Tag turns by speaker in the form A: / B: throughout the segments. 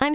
A: I'm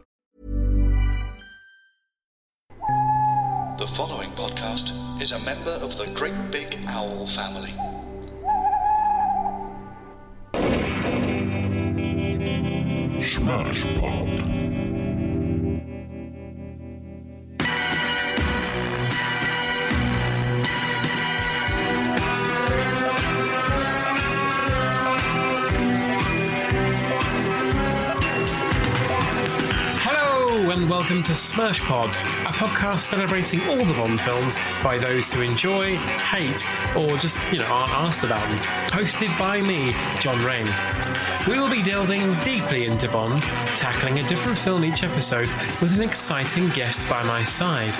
B: The following podcast is a member of the Great Big Owl family.
C: Smash Pod.
D: Hello and welcome to Smash Pod, a podcast celebrating all the Bond films by those who enjoy, hate, or just, you know, aren't asked about them. Hosted by me, John Rain. We will be delving deeply into Bond, tackling a different film each episode with an exciting guest by my side.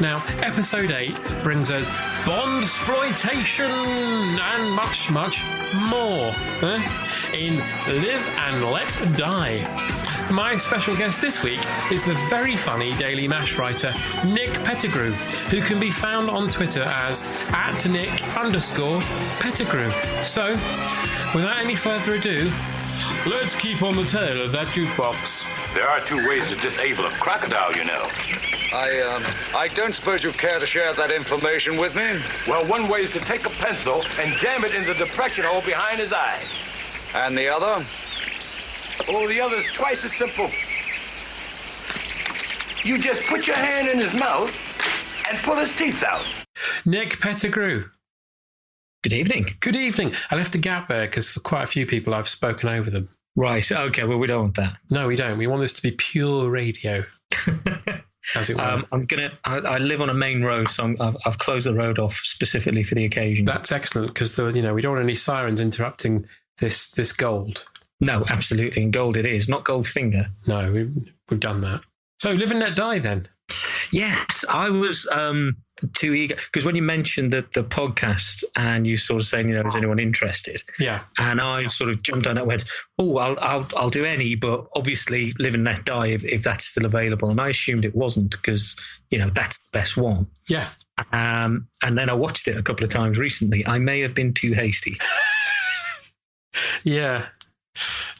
D: Now, episode 8 brings us Bond exploitation and much, much more eh? in Live and Let Die. My special guest this week is the very funny Daily Mash writer Nick Pettigrew, who can be found on Twitter as at Nick underscore Pettigrew. So, without any further ado, let's keep on the tail of that jukebox.
E: There are two ways to disable a crocodile, you know.
F: I, um, I don't suppose you care to share that information with me?
E: Well, one way is to take a pencil and jam it in the depression hole behind his eye.
F: And the other?
E: Oh, the other's twice as simple. You just put your hand in his mouth and pull his teeth out.
D: Nick Pettigrew.
G: Good evening.
D: Good evening. I left a gap there because for quite a few people I've spoken over them.
G: Right. Okay. Well, we don't want that.
D: No, we don't. We want this to be pure radio, as it were.
G: um, I'm gonna. I, I live on a main road, so I'm, I've, I've closed the road off specifically for the occasion.
D: That's excellent because the you know we don't want any sirens interrupting this this gold.
G: no, absolutely. In gold, it is not Goldfinger.
D: No, we, we've done that. So live and let die. Then
G: Yes, I was um, too eager because when you mentioned the the podcast and you sort of saying, you know, is anyone interested?
D: yeah,
G: And I sort of jumped on that and went, oh, I'll, I'll, I'll do any, but obviously live and let die if, if that's still available. And I assumed it wasn't because, you know, that's the best one.
D: yeah.
G: Um, and then I watched it a couple of times recently. I may have been too hasty.
D: Yeah.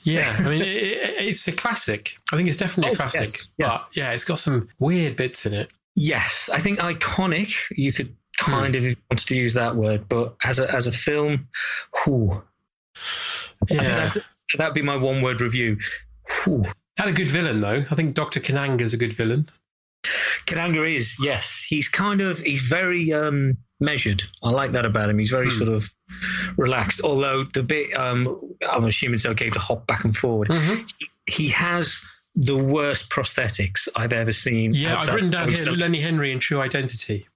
D: Yeah, I mean, it, it, it's a classic. I think it's definitely
G: Oh,
D: a classic.
G: yes, yeah.
D: But yeah, it's got some weird bits in it.
G: Yes, I think iconic. You could
D: Hmm.
G: kind of if you wanted to use that word, but as a as a film, whew, I think
D: Yeah,
G: that's, that'd be my one word review. Whew.
D: had a good villain though. I think Doctor Kananga's a good villain.
G: Kananga is yes, he's kind of he's very um, measured. I like that about him. He's very
D: Hmm.
G: sort of relaxed. Although the bit um, I'm assuming it's okay to hop back and forward.
D: Hmm.
G: He has the worst prosthetics I've ever seen.
D: Yeah, I've
G: outside
D: written down here
G: himself.
D: Lenny Henry and True Identity.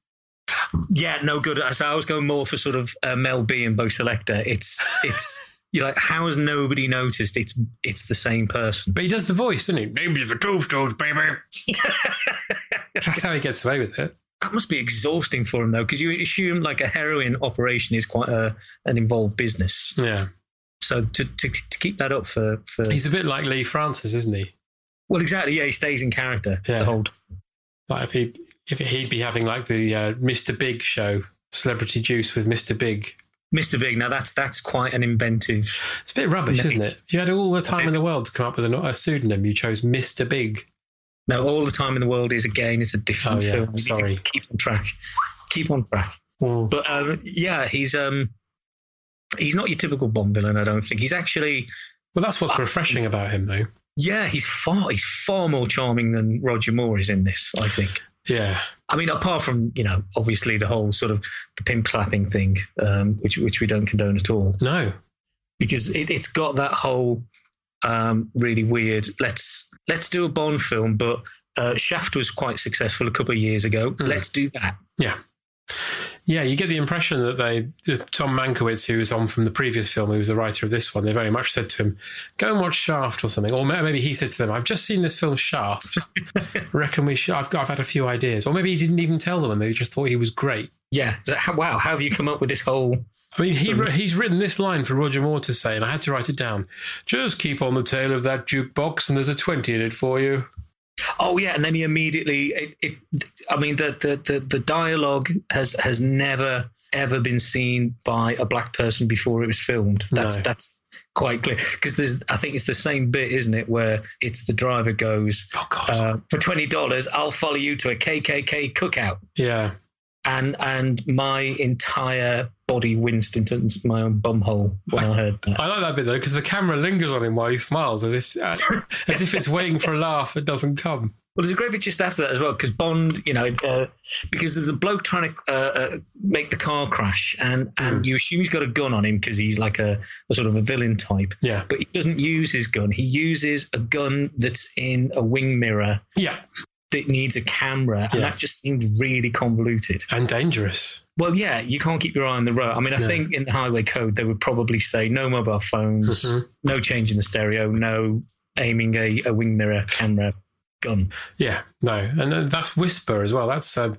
G: Yeah, no good. So I was going more for sort of uh, Mel B and Bo Selector. It's it's you're like, how has nobody noticed? It's it's the same person.
D: But he does the voice, doesn't he? Maybe for tombstones, baby. That's how he gets away with it.
G: That must be exhausting for him though, because you assume like a heroin operation is quite a, an involved business.
D: Yeah.
G: So to, to to keep that up for for
D: He's a bit like Lee Francis, isn't he?
G: well, exactly. Yeah, he stays in character
D: Yeah.
G: the whole. time.
D: Like if he if he'd be having like the uh, Mr. Big show, Celebrity Juice with Mr. Big.
G: Mr. Big. Now that's that's quite an inventive.
D: It's a bit rubbish, isn't it? You had all the time in the world to come up with a, a pseudonym. You chose Mr. Big.
G: Now all the time in the world is again it's a different
D: Oh, yeah.
G: film. You need to
D: Sorry.
G: keep on track. Keep on track.
D: Mm.
G: But um, yeah, he's um, he's not your typical Bond villain. I don't think he's actually
D: Well, that's what's refreshing about him, though.
G: Yeah, he's far he's far more charming than Roger Moore is in this. I think.
D: Yeah.
G: I mean, apart from you know, obviously the whole sort of the pimp clapping thing, um, which which we don't condone at all.
D: No,
G: because it, it's got that whole um, really weird. Let's let's do a Bond film, but uh, Shaft was quite successful a couple of years ago.
D: Mm.
G: Let's do that.
D: Yeah. Yeah, you get the impression that they, that Tom Mankiewicz, who was on from the previous film, who was the writer of this one, they very much said to him, go and watch Shaft or something. Or ma- maybe he said to them, I've just seen this film Shaft. Reckon we should, I've, got, I've had a few ideas. Or maybe he didn't even tell them and they just thought he was great.
G: Yeah. Is that- how- wow. How have you come up with this whole?
D: I mean, he, wr- he's written this line for Roger Moore to say, and I had to write it down. Just keep on the tail of that jukebox and there's a 20 in it for you.
G: Oh yeah, and then he immediately. It, it, I mean, the, the the the dialogue has has never ever been seen by a black person before it was filmed. That's
D: No.
G: that's quite clear because there's. I think it's the same bit, isn't it? Where it's the driver goes
D: Oh, God.
G: uh, for twenty dollars, I'll follow you to a KKK cookout,
D: yeah.
G: and and my entire body winced into my own bumhole when I heard that.
D: I like that bit though because the camera lingers on him while he smiles, as if uh, as if it's waiting for a laugh that doesn't come.
G: Well, there's a great bit just after that as well because Bond, you know, uh, because there's a bloke trying to uh, uh, make the car crash, and and you assume he's got a gun on him because he's like a, a sort of a villain type,
D: Yeah,
G: but he doesn't use his gun. He uses a gun that's in a wing mirror
D: yeah,
G: that needs a camera, and
D: Yeah.
G: that just seems really convoluted.
D: and dangerous.
G: Well, yeah, you can't keep your eye on the road. I mean, I
D: No.
G: think in the highway code they would probably say no mobile phones,
D: Mhm.
G: no changing the stereo, no aiming a, a wing mirror camera gun.
D: Yeah, no, and uh, that's Whisper as well. That's uh,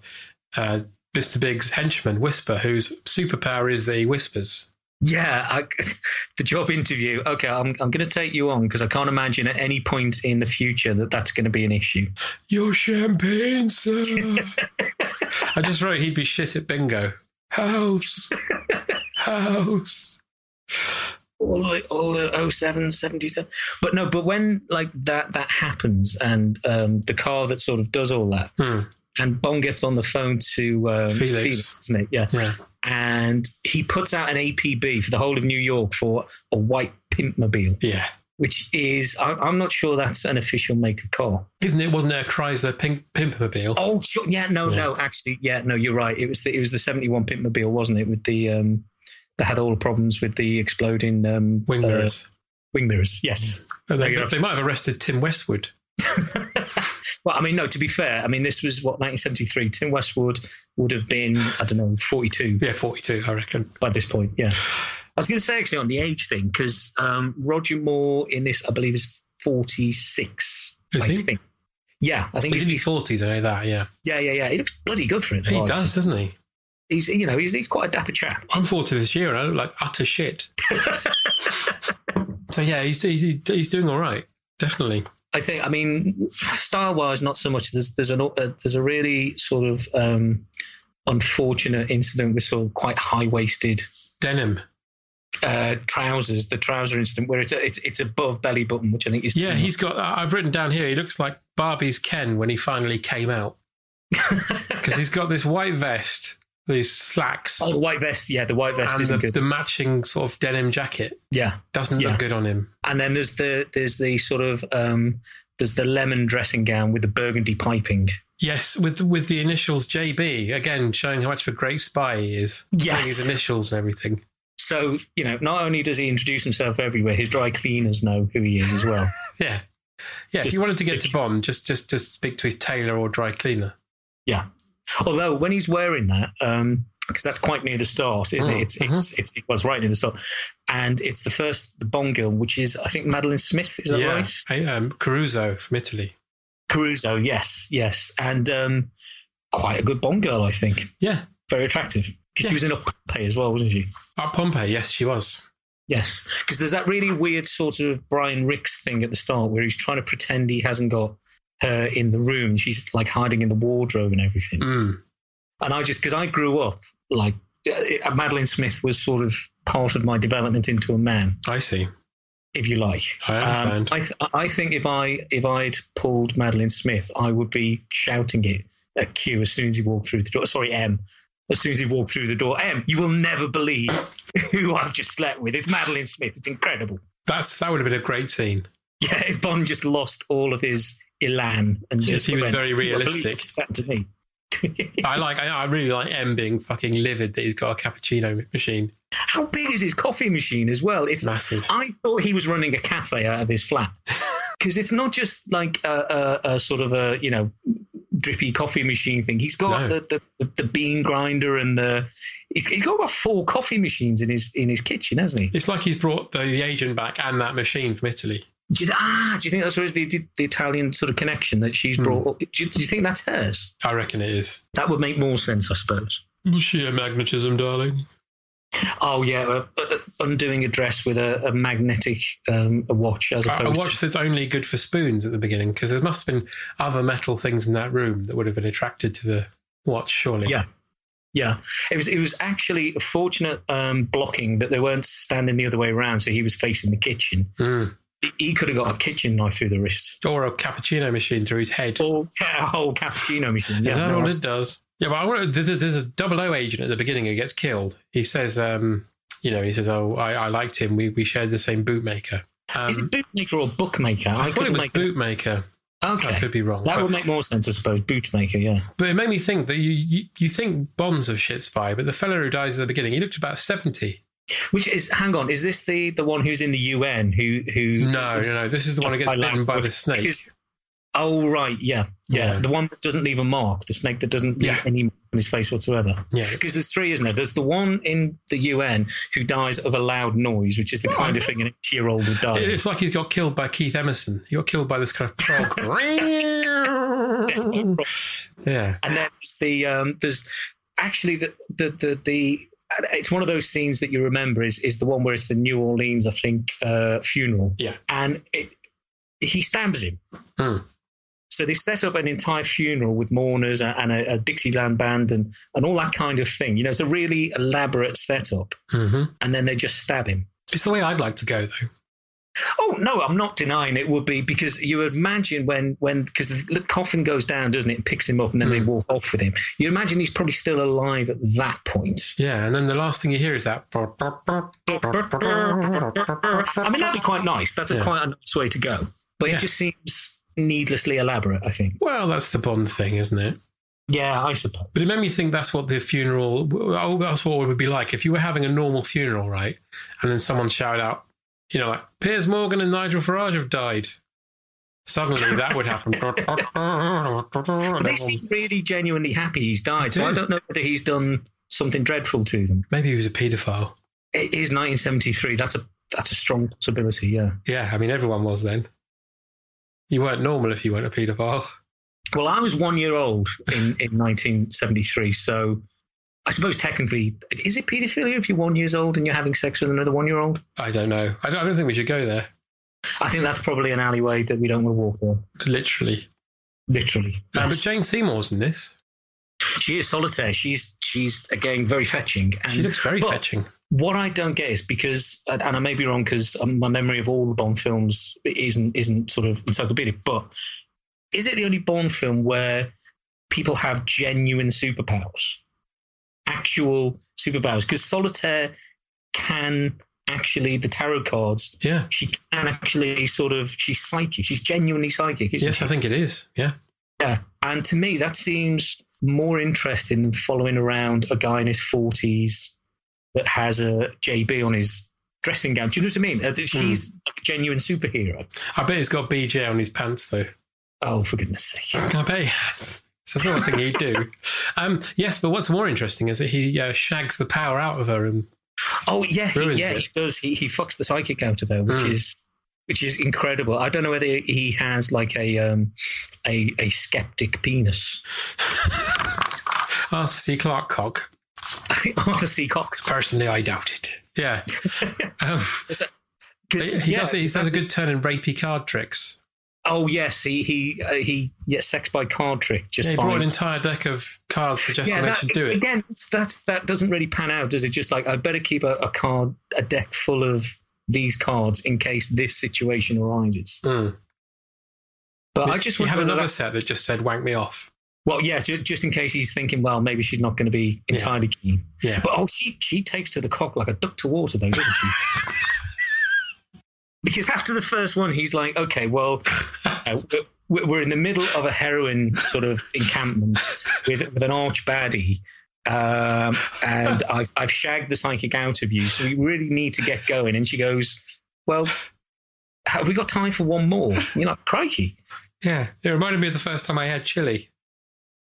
D: uh, Mr. Big's henchman, Whisper, whose superpower is that he whispers.
G: Yeah, I, the job interview. Okay, I'm, I'm going to take you on because I can't imagine at any point in the future that that's going to be an issue.
D: Your champagne, sir. I just wrote he'd be shit at bingo. House, house.
G: All the, all the 07, 77. But no, but when like that that happens and um, the car that sort of does all that
D: Hmm,
G: and Bond gets on the phone to um, to
D: Felix.
G: Felix, isn't it? Yeah.
D: yeah,
G: And he puts out an APB for the whole of New York for a white pimp mobile,
D: yeah.
G: which is, I, I'm not sure that's an official make of car.
D: Isn't it? Wasn't there a Chrysler Pink Pimpmobile?
G: Oh, sure. yeah, no,
D: Yeah.
G: no, actually, yeah, no, you're right. It was the, it was the '71 Pitmobile, wasn't it? With the um, that had all the problems with the exploding um,
D: Wing
G: uh,
D: mirrors.
G: wing mirrors. Yes.
D: And
G: Like,
D: they,
G: you're
D: they might have arrested Tim Westwood.
G: well, I mean, no. To be fair, I mean, this was what 1973. Tim Westwood would have been, I don't know, 42
D: Yeah, 42, I reckon.
G: by this point. Yeah. I was going to say actually on the age thing because um, Roger Moore in this, I believe, is 46.
D: Is
G: I
D: he?
G: think. Yeah, I think
D: He's in his
G: he's, Oh,
D: 40s, I know that, yeah.
G: yeah, yeah, yeah. He looks bloody good for it.
D: He
G: though.
D: does, doesn't he?
G: He's, you know, he's, he's quite a dapper chap.
D: I'm 40 this year and I look like utter shit. so, yeah, he's, he's, he's doing all right, definitely.
G: I think I mean style wise not so much there's there's an uh, there's a really sort of um unfortunate incident with sort of quite high waisted
D: Denim.
G: uh trousers the trouser incident where it's a, it's it's above belly button which I think is too
D: Yeah,
G: much.
D: he's got, I- I've written down here, he looks like Barbie's Ken when he finally came out because he's got this white vest, these slacks,
G: oh the white vest yeah the white vest
D: and
G: isn't
D: the,
G: good
D: the matching sort of denim jacket.
G: yeah
D: Doesn't
G: Yeah.
D: look good on him.
G: and then there's the there's the sort of um there's the lemon dressing gown with the burgundy piping
D: Yes, with with the initials JB again, showing how much of a great spy he is.
G: Yes.
D: Knowing his initials and everything.
G: so you know not only does he introduce himself everywhere his dry cleaners know who he is as well
D: Yeah, yeah. if
G: Just-
D: you wanted to get to Bond, just just just speak to his tailor or dry cleaner.
G: Yeah. Although when he's wearing that, um, because that's quite near the start, isn't
D: Mm,
G: it? It's, it's, it's, it was right near the start, and it's the first the Bond girl, which is I think Madeline Smith. Is that
D: yeah,
G: right?
D: I- um, Caruso from Italy.
G: Caruso. Yes, yes, and um, quite a good Bond girl, I think.
D: Yeah,
G: Very attractive. 'Cause She was in
D: Yes.
G: Up Pay as well, wasn't she?
D: at Pompeii. Yes, she was.
G: Yes, because there's that really weird sort of Brian Ricks thing at the start where he's trying to pretend he hasn't got her in the room. She's like hiding in the wardrobe and everything.
D: Mm.
G: and I just because I grew up like uh, Madeline Smith was sort of part of my development into a man,
D: I see.
G: if you like.
D: I
G: Um,
D: understand.
G: I, th- I think if I if I'd pulled Madeline Smith, I would be shouting it at Q as soon as he walked through the door. Sorry, M. As soon as he walked through the door, M, you will never believe who I've just slept with. It's Madeline Smith. It's incredible.
D: That's that would have been a great scene.
G: yeah, if Bond just lost all of his elan and
D: Yes,
G: just
D: he was
G: went,
D: very
G: "You won't believe
D: realistic."
G: what's happened to me.
D: I like. I, I really like M being fucking livid that he's got a cappuccino machine.
G: How big is his coffee machine as well? It's
D: Massive.
G: I thought he was running a cafe out of his flat because it's not just like a, a, a sort of a you know drippy coffee machine thing. He's got
D: No.
G: the, the, the bean grinder and the he's, he's got about four coffee machines in his in his kitchen, hasn't he?
D: It's like he's brought the, the agent back and that machine from Italy.
G: Do you, ah, do you think that's where they did the Italian sort of connection that she's brought? up? Do, you, do you think that's hers?
D: I reckon it is
G: That would make more sense, I suppose.
D: sheer magnetism, darling.
G: Oh yeah, uh, uh, undoing a dress with a, a magnetic um, a watch as
D: I, I
G: opposed.
D: watched that's only good for spoons at the beginning because there must have been other metal things in that room that would have been attracted to the watch. Surely,
G: to, yeah, yeah. It was it was actually a fortunate um, blocking that they weren't standing the other way around, so he was facing the kitchen.
D: Mm.
G: He- He could have got a kitchen knife through the wrist
D: or a cappuccino machine through his head.
G: or a whole cappuccino
D: Is
G: machine. Yeah,
D: that
G: no,
D: all it does? Yeah, but I want to, there's, there's a double O agent at the beginning who gets killed. He says, um, you know, he says, oh, I, I liked him. We, we shared the same bootmaker. Um,
G: Is it bootmaker or bookmaker?
D: I, thought it
G: couldn't
D: was
G: make
D: bootmaker.
G: Okay,
D: I could be wrong.
G: That
D: but,
G: would make more sense, I suppose. Bootmaker, yeah.
D: but it made me think that you, you, you think Bond's of shit spy, but the fellow who dies at the beginning, he looked about 70.
G: Which is, hang on, is this the the one who's in the UN who who?
D: No, no, no. This is the one who gets
G: I laugh
D: bitten by the
G: with-
D: snake.
G: is- oh right, yeah, yeah,
D: Yeah.
G: the one that doesn't leave a mark, the snake that doesn't leave
D: Yeah.
G: any mark on his face whatsoever.
D: Yeah.
G: Because there's three, isn't there? There's the one in the UN who dies of a loud noise, which is the kind of thing an eight-year-old would die.
D: It- It's like he got killed by Keith Emerson. He got killed by this kind of prog. yeah.
G: and then there's the um, there's actually the the the. the it's one of those scenes that you remember is is the one where it's the New Orleans, I think, uh, funeral.
D: Yeah.
G: and it, he stabs him.
D: Hmm.
G: So they set up an entire funeral with mourners a- and a, a Dixieland band and and all that kind of thing. You know, it's a really elaborate setup,
D: hmm
G: and then they just stab him.
D: It's the way I'd like to go, though.
G: Oh no, I'm not denying it would be because you imagine when when because the coffin goes down, doesn't it? It picks him up and then they walk off with him. You imagine he's probably still alive at that point.
D: Yeah, and then the last thing you hear is that.
G: I mean, that'd be quite nice. That's a
D: Yeah.
G: quite a nice way to go, but
D: Yeah.
G: it just seems needlessly elaborate. I think.
D: Well, that's the Bond thing, isn't it?
G: Yeah, I suppose.
D: But it made me think that's what the funeral. Oh, that's what it would be like if you were having a normal funeral, right? And then someone shouted out, you know, like Piers Morgan and Nigel Farage have died. Suddenly, that would happen.
G: But they seem really genuinely happy he's died.
D: They
G: So I
D: Oh, do.
G: don't know whether he's done something dreadful to them.
D: Maybe he was a paedophile.
G: It is 1973. That's a that's a strong possibility. Yeah.
D: Yeah, I mean, everyone was then. You weren't normal if you weren't a paedophile.
G: Well, I was one year old in, in 1973, so I suppose technically, is it paedophilia if you're one years old and you're having sex with another one year old?
D: I don't know. I don't, I don't think we should go there.
G: I think that's probably an alleyway that we don't want to walk down.
D: Literally.
G: Literally,
D: Uh, but Jane Seymour's in this.
G: she is solitaire. She's she's again very fetching. And,
D: She looks very
G: but
D: fetching.
G: What I don't get is because, and and I may be wrong because um, my memory of all the Bond films isn't isn't sort of encyclopedic. But is it the only Bond film where people have genuine superpowers, actual superpowers? Because Solitaire can actually the tarot cards.
D: Yeah.
G: She can actually sort of she's psychic. She's genuinely psychic. Isn't
D: Yes,
G: she?
D: I think it is. Yeah.
G: Yeah. And to me, that seems more interesting than following around a guy in his 40s that has a JB on his dressing gown. Do you know what I mean? Uh,
D: Hmm.
G: that She's like a genuine superhero.
D: I bet he's got BJ on his pants, though.
G: Oh, for goodness sake.
D: I bet he has. So that's not a thing he'd do. Um, yes, but what's more interesting is that he uh, shags the power out of her. And
G: Oh, yeah. He,
D: Ruins
G: yeah,
D: it.
G: he does. He, he fucks the psychic out of her, which
D: Mm.
G: is. Which is incredible. I don't know whether he has like a um, a, a skeptic penis.
D: Arthur C. Clarke cock.
G: Arthur C. Cock.
D: Personally, I doubt it. Yeah. Um,
G: Because
D: he does, he does a good turn in rapey card tricks.
G: Oh yes, he he uh, he. Yeah, sex by card trick. Just
D: Yeah, he
G: by
D: brought an entire deck of cards suggesting they
G: that-
D: should do it.
G: Again, it's- that's that doesn't really pan out, does it? Just like I better keep a, a card, a deck full of these cards in case this situation arises.
D: Mm.
G: But I just
D: you
G: want
D: have
G: to
D: another set that just said "wank me off."
G: well, yeah, ju- just in case he's thinking, well, maybe she's not going to be entirely keen.
D: Yeah.
G: But oh, she she takes to the cock like a duck to water, though, doesn't she? because after the first one, he's like, okay, well, uh, we're we're in the middle of a heroin sort of encampment with, with an arch baddie. Um, and I've, I've shagged the psychic out of you, so we really need to get going. And she goes, well, have we got time for one more? You're like, crikey.
D: Yeah, it reminded me of the first time I had chili.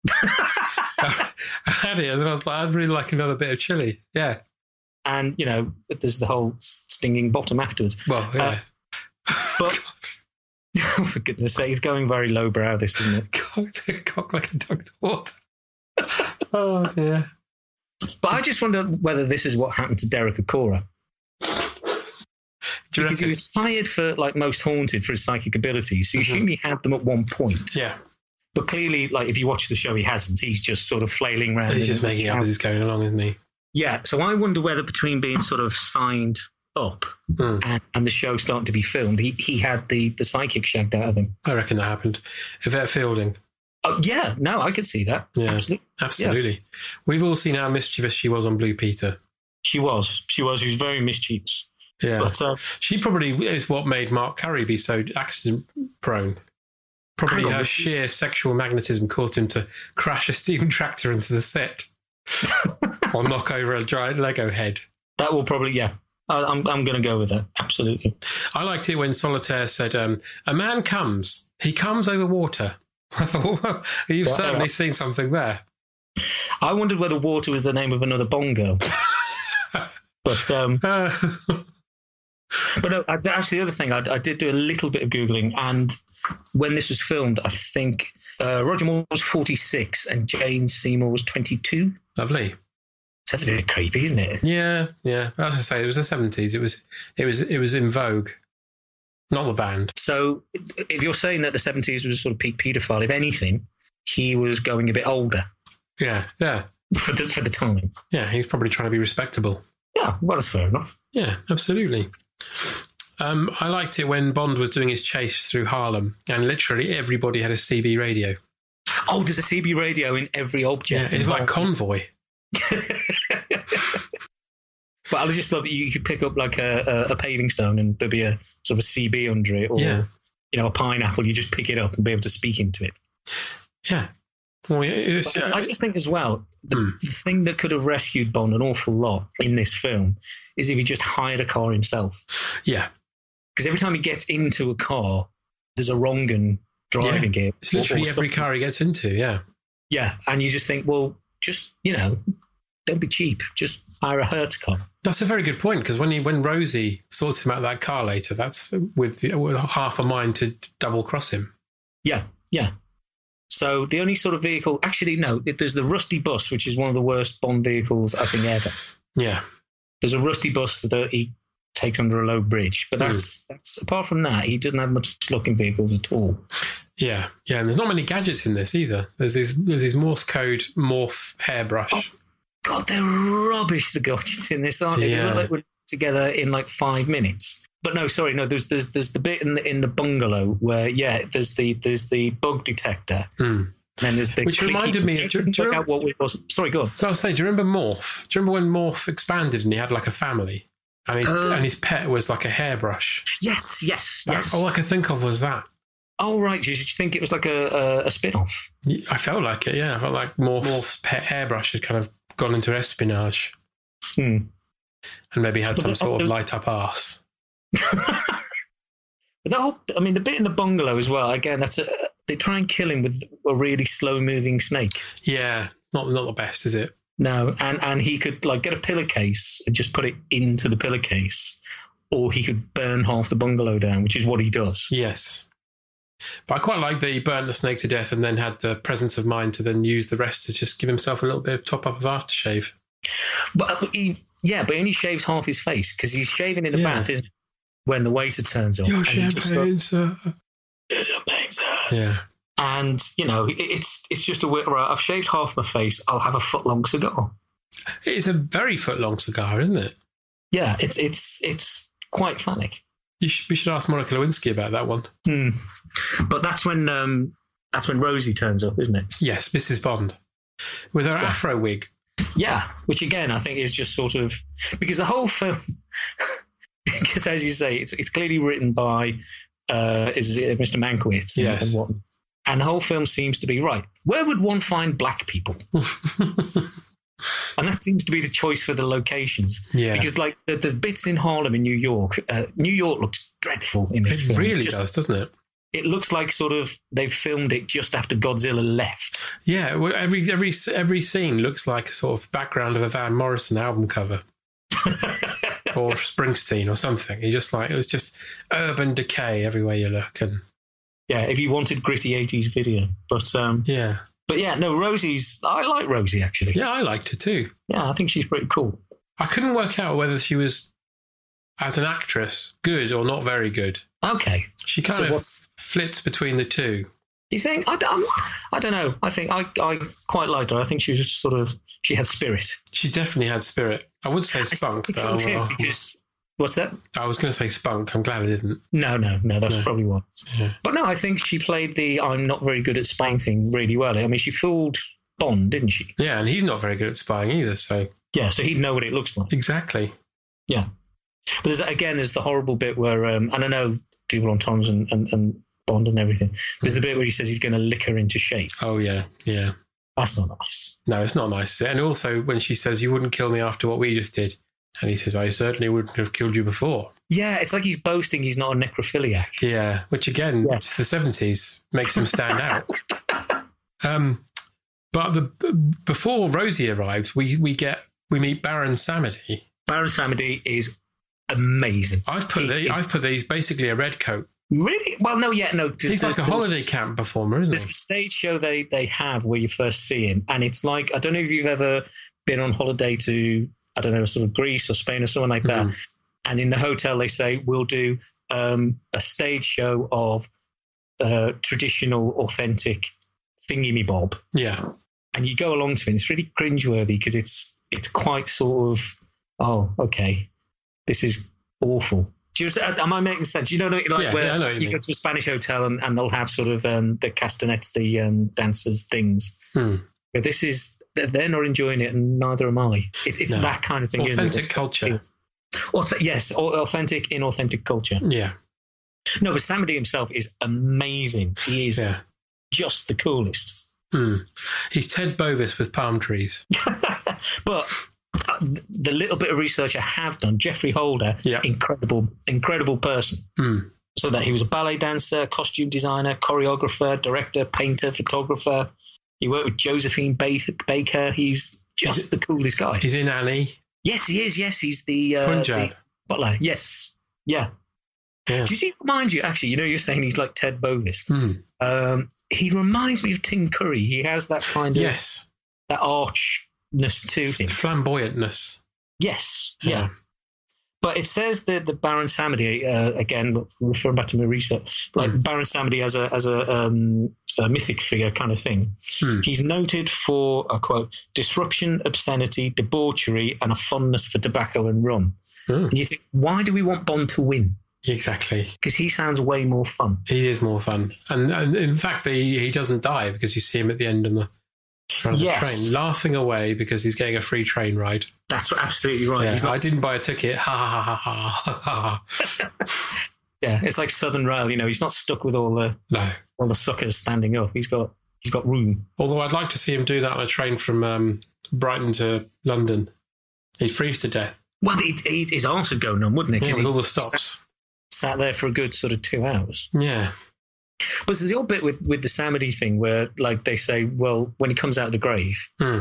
D: I had it, and then I was like, I'd really like another bit of chili. Yeah.
G: And, you know, there's the whole stinging bottom afterwards.
D: Well, yeah.
G: Uh, but Oh, for goodness sake, he's going very lowbrow, this, isn't it?
D: cock, cock like a ducked water. oh dear.
G: But I just wonder whether this is what happened to Derek Akora.
D: Do you
G: Because he
D: reckon?
G: was fired for like most haunted for his psychic abilities. So you assume he had them at one point.
D: Yeah,
G: But clearly, like if you watch the show, he hasn't. He's just sort of flailing around.
D: he's
G: in
D: just
G: the
D: making up as he's going along, isn't he?
G: Yeah. So I wonder whether between being sort of signed up
D: Hmm.
G: and, and the show starting to be filmed, he, he had the the psychic shagged out of him.
D: I reckon that happened. Yvette Fielding,
G: Oh yeah, no, I could see that.
D: Yeah.
G: Absolutely.
D: absolutely. We've all seen how mischievous she was on Blue Peter.
G: She was. She was. She was very mischievous.
D: Yeah,
G: But uh,
D: she probably is what made Mark Curry be so accident prone. Probably
G: Hang on,
D: her
G: was she-
D: sheer sexual magnetism caused him to crash a steam tractor into the set or knock over a giant Lego head.
G: that will probably yeah. I, I'm I'm going to go with that. Absolutely.
D: I liked it when Solitaire said, um, "A man comes. He comes over water." I thought, well, you've
G: Wow.
D: certainly seen something there.
G: I wondered whether water was the name of another bongo. but um,
D: Uh,
G: but uh, I- actually, the other thing I, I did do a little bit of googling, and when this was filmed, I think uh, Roger Moore was forty six and Jane Seymour was twenty two.
D: lovely.
G: That's a bit creepy, isn't it?
D: Yeah, yeah. As I say, it was the seventies. It was, it was, it was in vogue. Not the band.
G: So if you're saying that the seventies was sort of peak paedophile, if anything, he was going a bit older
D: Yeah, yeah,
G: for the for the time.
D: yeah. He was probably trying to be respectable.
G: Yeah, well, that's fair enough.
D: Yeah, absolutely. Um, I liked it when Bond was doing his chase through Harlem, and literally everybody had a CB radio.
G: Oh, there's a CB radio in every
D: Yeah,
G: object.
D: it's like convoy.
G: But I just love that you could pick up like a, a, a paving stone and there'd be a sort of CB under it, or
D: Yeah.
G: you know, a pineapple. You just pick it up and be able to speak into it.
D: Yeah. Well, it's, uh,
G: But I just think as well, the,
D: Hmm.
G: the thing that could have rescued Bond an awful lot in this film is if he just hired a car himself.
D: yeah.
G: Because every time he gets into a car, there's a wrongen driving it.
D: It's literally
G: or- or
D: every
G: something.
D: car he gets into. Yeah.
G: Yeah, and you just think, well, just you know, don't be cheap. Just hire a Hertz car.
D: That's a very good point because when he, when Rosie sorts him out of that car later, that's with, the, with half a mind to double cross him.
G: Yeah, yeah. So the only sort of vehicle, actually, no, it- there's the Rusty Bus, which is one of the worst Bond vehicles I think ever.
D: Yeah,
G: There's a Rusty Bus that he takes under a low bridge, but
D: Hmm.
G: that's that's apart from that, he doesn't have much luck in vehicles at all.
D: yeah, yeah. And there's not many gadgets in this either. There's these there's these Morse code morph hairbrush.
G: God, they're rubbish. The gadgets in this, aren't they? They
D: Yeah.
G: look like we're together in like five minutes. But no, sorry, no. There's there's there's the bit in the in the bungalow where yeah, there's the there's the bug detector,
D: Hmm.
G: and then there's the
D: Which
G: clicky-
D: reminded me of-
G: Check
D: do you-
G: out what we was. Sorry, go on.
D: So I was saying, do you remember Morph? Do you remember when Morph expanded and he had like a family, and his
G: Uh.
D: and his pet was like a hairbrush?
G: Yes, yes,
D: That-
G: yes.
D: All I could think of was that.
G: Oh right, you should think it was like a a, a spin off.
D: I felt like it. Yeah, I felt like Morph, Morph's pet hairbrush had kind of gone into espionage
G: Hmm.
D: and maybe had some sort of light up arse.
G: But that whole, I mean, the bit in the bungalow as well. Again, that's a, they try and kill him with a really slow moving snake.
D: Yeah, not not the best, is it?
G: No, and and he could like get a pillowcase and just put it into the pillowcase, or he could burn half the bungalow down, which is what he does.
D: Yes. But I quite like that he burnt the snake to death and then had the presence of mind to then use the rest to just give himself a little bit of top up of aftershave.
G: But uh, he, yeah, but he only shaves half his face because he's shaving in the
D: Yeah.
G: bath, isn't he? When the waiter turns up,
D: Your
G: and he just uh, goes,
D: champagne, sir.
G: "Your champagne, sir."
D: Yeah.
G: and you know it- it's it's just a way right i've shaved half my face i'll have a foot long cigar
D: It's a very foot long cigar, isn't it?
G: yeah it's it's it's quite funny
D: You should, we should ask Monica Lewinsky about that one.
G: Hmm. but that's when um that's when rosie turns up isn't it
D: Yes, Mrs. Bond. With her afro wig.
G: yeah which again i think is just sort of because the whole film because as you say, it's it's clearly written by uh, is it Mr. Mankiewicz? and-
D: Yes.
G: And, what, and the whole film seems to be right. Where would one find black people? and that seems to be the choice for the locations.
D: Yeah.
G: Because like the, the bits in Harlem in New York, uh, New York looks dreadful in this
D: It
G: film.
D: really
G: Just-
D: does, doesn't it?
G: It looks like sort of they filmed it just after Godzilla left.
D: Yeah, well, every every every scene looks like a sort of background of a Van Morrison album cover, or Springsteen, or something. You just like it's just urban decay everywhere you look, and
G: Yeah, if you wanted gritty eighties video, but um,
D: yeah,
G: but yeah, no, Rosie's. I like Rosie actually.
D: yeah, I liked it too.
G: yeah, I think she's pretty cool.
D: I couldn't work out whether she was as an actress good or not very good.
G: Okay,
D: She kind
G: So
D: of
G: what's-
D: flits between the two.
G: You think? I, don't- I don't know. I think I, I quite liked her. I think she was just sort of she had spirit.
D: She definitely had spirit. I would say spunk, uh, but
G: I think
D: I,
G: so, too, because- what's that?
D: I was going to say spunk. I'm glad I didn't.
G: No, no, no. That's
D: No.
G: probably what.
D: Yeah.
G: But no, I think she played the "I'm not very good at spying" thing really well. I mean, she fooled Bond, didn't she?
D: Yeah, and he's not very good at spying either. So
G: Yeah, so he'd know what it looks like.
D: exactly.
G: Yeah. But there's, again, there's the horrible bit where, um, and I know Dougal on Tom's and, and, and Bond and everything. There's the bit where he says he's going to lick her into shape.
D: Oh yeah, yeah.
G: That's not nice.
D: No, it's not nice. is it? And also, when she says, "You wouldn't kill me after what we just did," and he says, "I certainly wouldn't have killed you before."
G: Yeah, it's like he's boasting he's not a necrophiliac.
D: Yeah, which again,
G: Yeah.
D: it's the seventies makes him stand out. Um, but the b- before Rosie arrives, we we get we meet Baron Samedy.
G: Baron Samedi is amazing.
D: I've put
G: He
D: the,
G: is-
D: I've put these basically a red coat.
G: Really? Well, no, yeah, no. 'cause
D: He's
G: there's-
D: like a
G: there's-
D: holiday camp performer, isn't
G: There's a
D: he?
G: stage show they, they have where you first see him, and it's like I don't know if you've ever been on holiday to I don't know sort of Greece or Spain or somewhere like that, and in the hotel they say we'll do um, a stage show of uh, traditional, authentic thingy me bob,
D: Yeah,
G: and you go along to it. And it's really cringeworthy because it's it's quite sort of oh okay, this is awful. Do you, am I making sense? You know, like
D: Yeah,
G: where
D: yeah, I know what you
G: you, go
D: mean.
G: to a Spanish hotel and, and they'll have sort of um, the castanets, the um, dancers things.
D: Hmm.
G: But this is they're- they're not enjoying it, and neither am I. It's it's
D: No.
G: that kind of thing. isn't it?
D: authentic culture.
G: Auth- yes, au- authentic, inauthentic culture.
D: Yeah,
G: No, but Samadhi himself is amazing. He is
D: yeah.
G: just the coolest.
D: Hmm. He's Ted Bovis with palm trees.
G: but uh, the little bit of research I have done, Jeffrey Holder,
D: Yeah.
G: incredible, incredible person.
D: Hmm.
G: So that he was a ballet dancer, costume designer, choreographer, director, painter, photographer. He worked with Josephine Ba- Baker. He's just the coolest guy.
D: He's in Annie.
G: yes, he is. Yes, he's the, uh,
D: Punjab.
G: the butler. Yes, yeah.
D: Yeah.
G: Did you remind you? Actually, you know, you're saying he's like Ted Bovis.
D: Hmm.
G: Um, he reminds me of Tim Curry. He has that kind of
D: Yes.
G: that archness to him.
D: Flamboyantness.
G: Yes,
D: Yeah.
G: yeah. But it says that the Baron Samedi uh, again, referring back to my research, like
D: Hmm.
G: Baron Samedi as a as a, um, a mythic figure kind of thing.
D: Hmm.
G: He's noted for a quote disruption, obscenity, debauchery, and a fondness for tobacco and rum.
D: Hmm.
G: And you think, why do we want Bond to win?
D: Exactly.
G: Because he sounds way more fun.
D: He is more fun. And, and in fact, he, he doesn't die because you see him at the end on the, front of the
G: Yes.
D: train laughing away because he's getting a free train ride.
G: That's absolutely right.
D: Yeah,
G: He's
D: I
G: like,
D: didn't buy a ticket. Ha ha ha ha ha ha. ha.
G: yeah, it's like Southern Rail. You know, he's not stuck with all the
D: No.
G: all the suckers standing up. He's got he's got room.
D: Although I'd like to see him do that on a train from um, Brighton to London. He'd freeze to death
G: Well, he'd, he'd, his arms would go numb, wouldn't it?
D: yeah,
G: 'Cause
D: with
G: he
D: all the stops.
G: Sat there for a good sort of two hours.
D: Yeah.
G: But there's the odd bit with, with the Samadhi thing where, like, they say, well, when he comes out of the grave,
D: Hmm.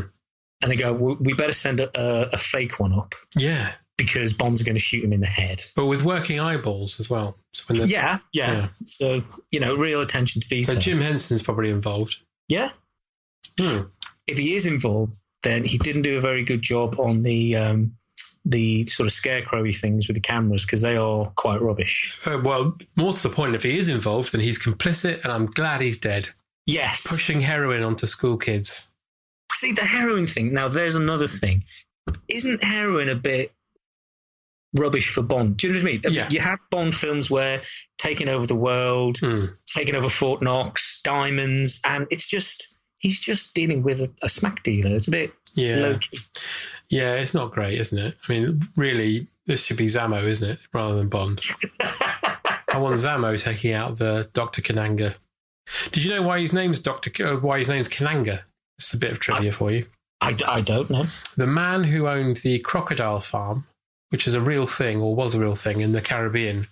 G: and they go, we we better send a, a, a fake one up
D: Yeah.
G: because Bond's going to shoot him in the head.
D: But with working eyeballs as well. So, when the,
G: Yeah, yeah,
D: Yeah.
G: So, you know, real attention to
D: so
G: detail.
D: Jim Henson's probably involved.
G: yeah.
D: Hmm.
G: If he is involved, then he didn't do a very good job on the. Um, the sort of scarecrowy things with the cameras because they are quite rubbish.
D: Uh, well, more to the point, if he is involved, then he's complicit, and I'm glad he's dead.
G: Yes,
D: Pushing heroin onto school kids.
G: See the heroin thing. Now there's another thing. Isn't heroin a bit rubbish for Bond? Do you know what I mean?
D: Yeah.
G: You have Bond films where taking over the world,
D: Hmm.
G: taking over Fort Knox, diamonds, and it's just he's just dealing with a, a smack dealer. It's a bit
D: Yeah.
G: low key.
D: Yeah, it's not great, isn't it? I mean, really, This should be Zamo, isn't it? Rather than Bond. I want Zamo taking out the Doctor Kananga. Did you know why his name's Doctor? K- Uh, why his name's Kananga? It's a bit of trivia for you.
G: I, d- I don't know.
D: The man who owned the crocodile farm, which is a real thing or was a real thing in the Caribbean,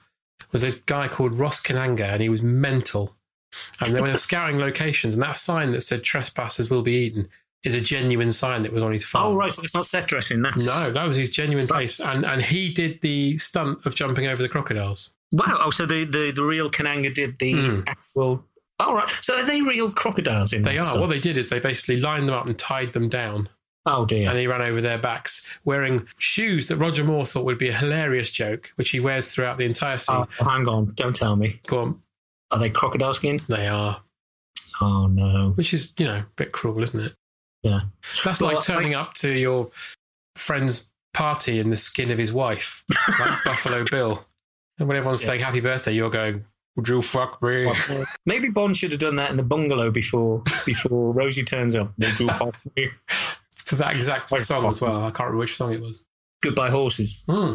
D: was a guy called Ross Kananga, and he was mental. And they were scouting locations, and that sign that said trespassers will be eaten is a genuine sign that was on his farm.
G: Oh, right. So it's not set dressing. That's...
D: No, that was his genuine place, and and he did the stunt of jumping over the crocodiles.
G: Wow. Oh, so the, the, the real Kananga did the
D: Mm.
G: actual. All right. So are they real crocodiles in
D: They
G: that
D: are.
G: stuff?
D: What they did is they basically lined them up and tied them down,
G: Oh, dear.
D: and he ran over their backs wearing shoes that Roger Moore thought would be a hilarious joke, which he wears throughout the entire scene.
G: Oh, hang on. Don't tell me.
D: Go on,
G: Are they crocodile skin?
D: they are,
G: Oh, no.
D: which is you know a bit cruel, isn't it?
G: Yeah.
D: That's
G: Well,
D: like turning up to your friend's party in the skin of his wife, like Buffalo Bill, and when everyone's
G: Yeah.
D: saying happy birthday, you're going, "Would you fuck me?"
G: Maybe Bond should have done that in the bungalow before before Rosie turns up. They goof off.
D: to that exact
G: Like
D: song as
G: fucking-
D: well. I can't remember which song it was.
G: Goodbye horses.
D: Hmm.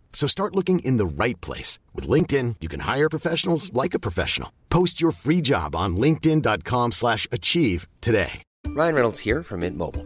H: So start looking in the right place. With LinkedIn, you can hire professionals like a professional. Post your free job on linkedin.com/achieve slash achieve today.
I: Ryan Reynolds here from Mint Mobile.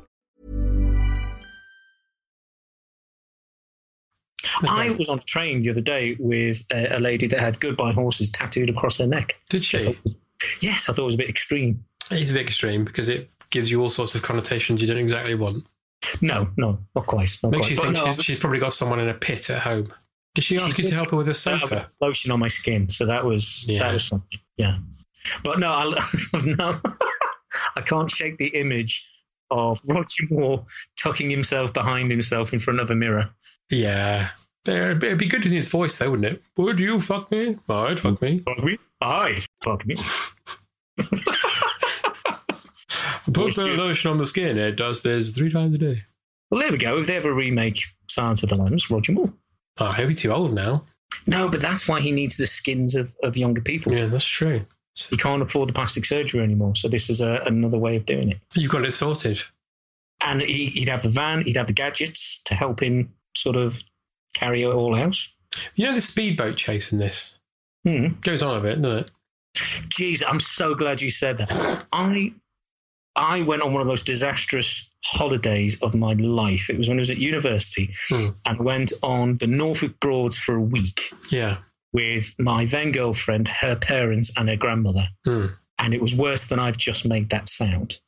G: I was on a train the other day with a, a lady that had goodbye horses tattooed across her neck.
D: Did
G: I
D: she?
G: thought- yes, I thought it was a bit extreme.
D: It's a bit extreme because it gives you all sorts of connotations you don't exactly want.
G: No, no, not quite. Not
D: Makes
G: quite.
D: you
G: But
D: think
G: no,
D: she's, she's probably got someone in a pit at home. Did she ask you to help her with a
G: I have
D: sofa?
G: lotion on my skin, so that was
D: Yeah.
G: that was something. Yeah, but no, I, no, I can't shake the image of Roger Moore tucking himself behind himself in front of a mirror.
D: Yeah. There- It'd be good in his voice, though, wouldn't it? Would you fuck me? I'd fuck me.
G: Fuck me. I fuck me.
D: Put the lotion on the skin. It does this three times a day.
G: Well, there we go. If they ever remake Silence of the Lambs, Roger Moore.
D: Oh, he'll be too old now.
G: No, but that's why he needs the skins of, of younger people.
D: Yeah, that's true.
G: He can't afford the plastic surgery anymore, so this is a, another way of doing it.
D: You've got it sorted.
G: And he, he'd have the van, he'd have the gadgets to help him sort of carry it all out.
D: You know the speedboat chase in this?
G: Hmm.
D: Goes on a bit, doesn't it?
G: Jeez, I'm so glad you said that. I I went on one of those disastrous holidays of my life. It was when I was at university
D: Hmm.
G: and went on the Norfolk Broads for a week
D: Yeah.
G: with my then girlfriend, her parents, and her grandmother.
D: Hmm.
G: And it was worse than I've just made that sound.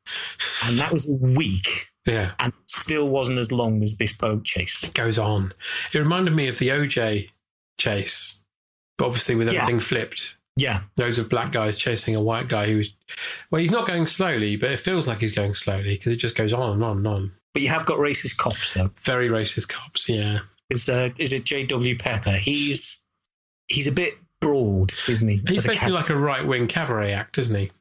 G: And that was a week
D: Yeah.
G: and still wasn't as long as this boat chase.
D: goes on. It reminded me of the OJ chase, but obviously with
G: Yeah.
D: everything flipped.
G: Yeah.
D: Loads of black guys chasing a white guy who's, well, he's not going slowly, but it feels like he's going slowly because it just goes on and on and on.
G: But you have got racist cops though.
D: Very racist cops, yeah.
G: is uh, is it J.W. Pepper? He's he's a bit broad, isn't he?
D: He's
G: as a
D: basically
G: cat?
D: like a right wing cabaret act, isn't he?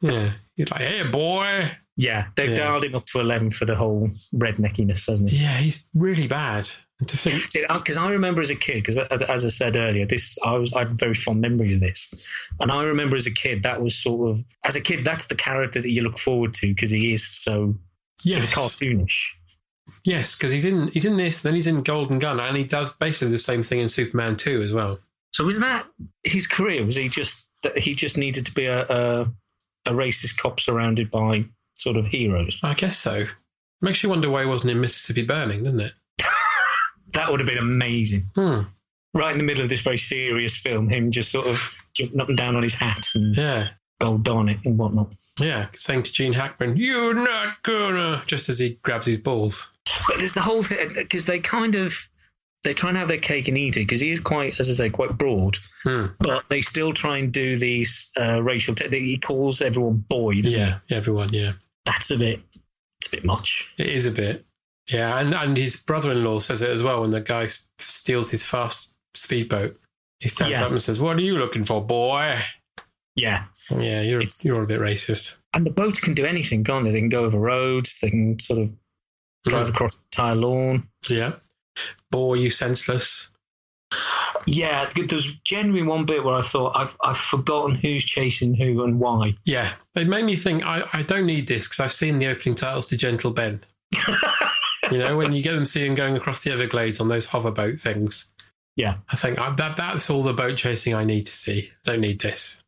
D: yeah. He's like, hey, boy.
G: Yeah, they've
D: Yeah.
G: dialed him up to eleven for the whole redneckiness, hasn't he?
D: Yeah, he's really bad. And to think,
G: because I remember as a kid, because as, as I said earlier, this I was I had very fond memories of this, and I remember as a kid that was sort of as a kid that's the character that you look forward to because he is so sort of
D: yes,
G: cartoonish.
D: yes, because he's in he's in this, then he's in Golden Gun, and he does basically the same thing in Superman Two as well.
G: So was that his career? Was he just that he just needed to be a, a a racist cop surrounded by sort of heroes?
D: I guess so. Makes you wonder why he wasn't in Mississippi Burning, doesn't it?
G: That would have been amazing.
D: Hmm.
G: Right in the middle of this very serious film, him just sort of jumping up and down on his hat and
D: Yeah,
G: gold darn it and whatnot.
D: yeah. Saying to Gene Hackman, "You're not gonna," just as he grabs his balls.
G: But there's the whole thing because they kind of they try and have their cake and eat it because he is quite, as I say, quite broad.
D: Hmm.
G: But they still try and do these uh, racial. Te- he calls everyone boy. doesn't he?
D: Yeah, everyone. Yeah,
G: that's a bit. It's a bit much.
D: it is a bit. Yeah, and and his brother-in-law says it as well when the guy s- steals his fast speedboat. He stands
G: Yeah.
D: up and says, "What are you looking for, boy?"
G: Yeah.
D: Yeah, you're
G: It's-
D: you're a bit racist.
G: And the boats can do anything, can't they? They can go over roads, they can sort of drive
D: Mm.
G: across the entire lawn.
D: Yeah, boy, you senseless.
G: Yeah, it's good. there's genuinely one bit where I thought I've I've forgotten who's chasing who and why.
D: Yeah, it made me think. I, I don't need this because I've seen the opening titles to Gentle Ben. You know, when you get them seeing going across the Everglades on those hover boat things.
G: Yeah.
D: I think I, that that's all the boat chasing I need to see. Don't need this.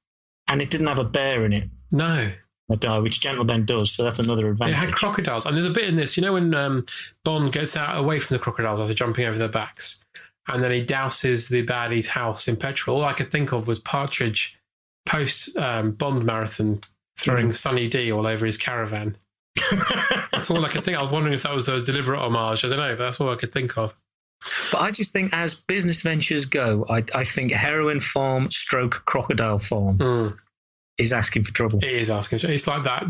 G: and it didn't have a bear in it.
D: No,
G: I die, which Gentle Ben does, so that's another
D: it
G: advantage.
D: had crocodiles, and there's a bit in this. You know when um, Bond gets out away from the crocodiles after jumping over their backs, and then he douses the baddie's house in petrol. All I could think of was Partridge post um, Bond marathon throwing Sunny D all over his caravan. That's all I could think. I was wondering if that was a deliberate homage. I don't know, but that's all I could think of.
G: but I just think, as business ventures go, I, I think heroin farm stroke crocodile farm
D: Hmm.
G: is asking for trouble.
D: It is asking. It's like that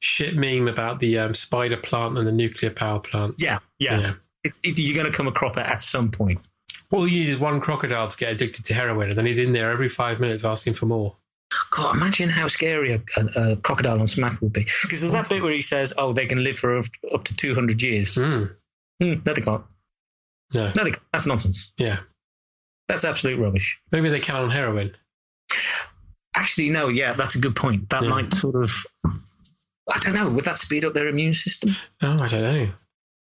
D: shit meme about the um, spider plant and the nuclear power plant.
G: yeah, yeah. It's, it, you're going to come a cropper at some point.
D: All you need is one crocodile to get addicted to heroin, and then he's in there every five minutes asking for more.
G: God, imagine how scary a, a, a crocodile on Smack would be. Because there's that bit where he says, "Oh, they can live for up up to 200 years."
D: Hmm.
G: Mm, no, they can't.
D: No.
G: No, they can't. That's nonsense.
D: Yeah.
G: That's absolute rubbish.
D: Maybe they can on heroin.
G: Actually, no. Yeah, that's a good point. That
D: Yeah.
G: might sort of. I don't know. Would that speed up their immune system?
D: Oh, I don't know.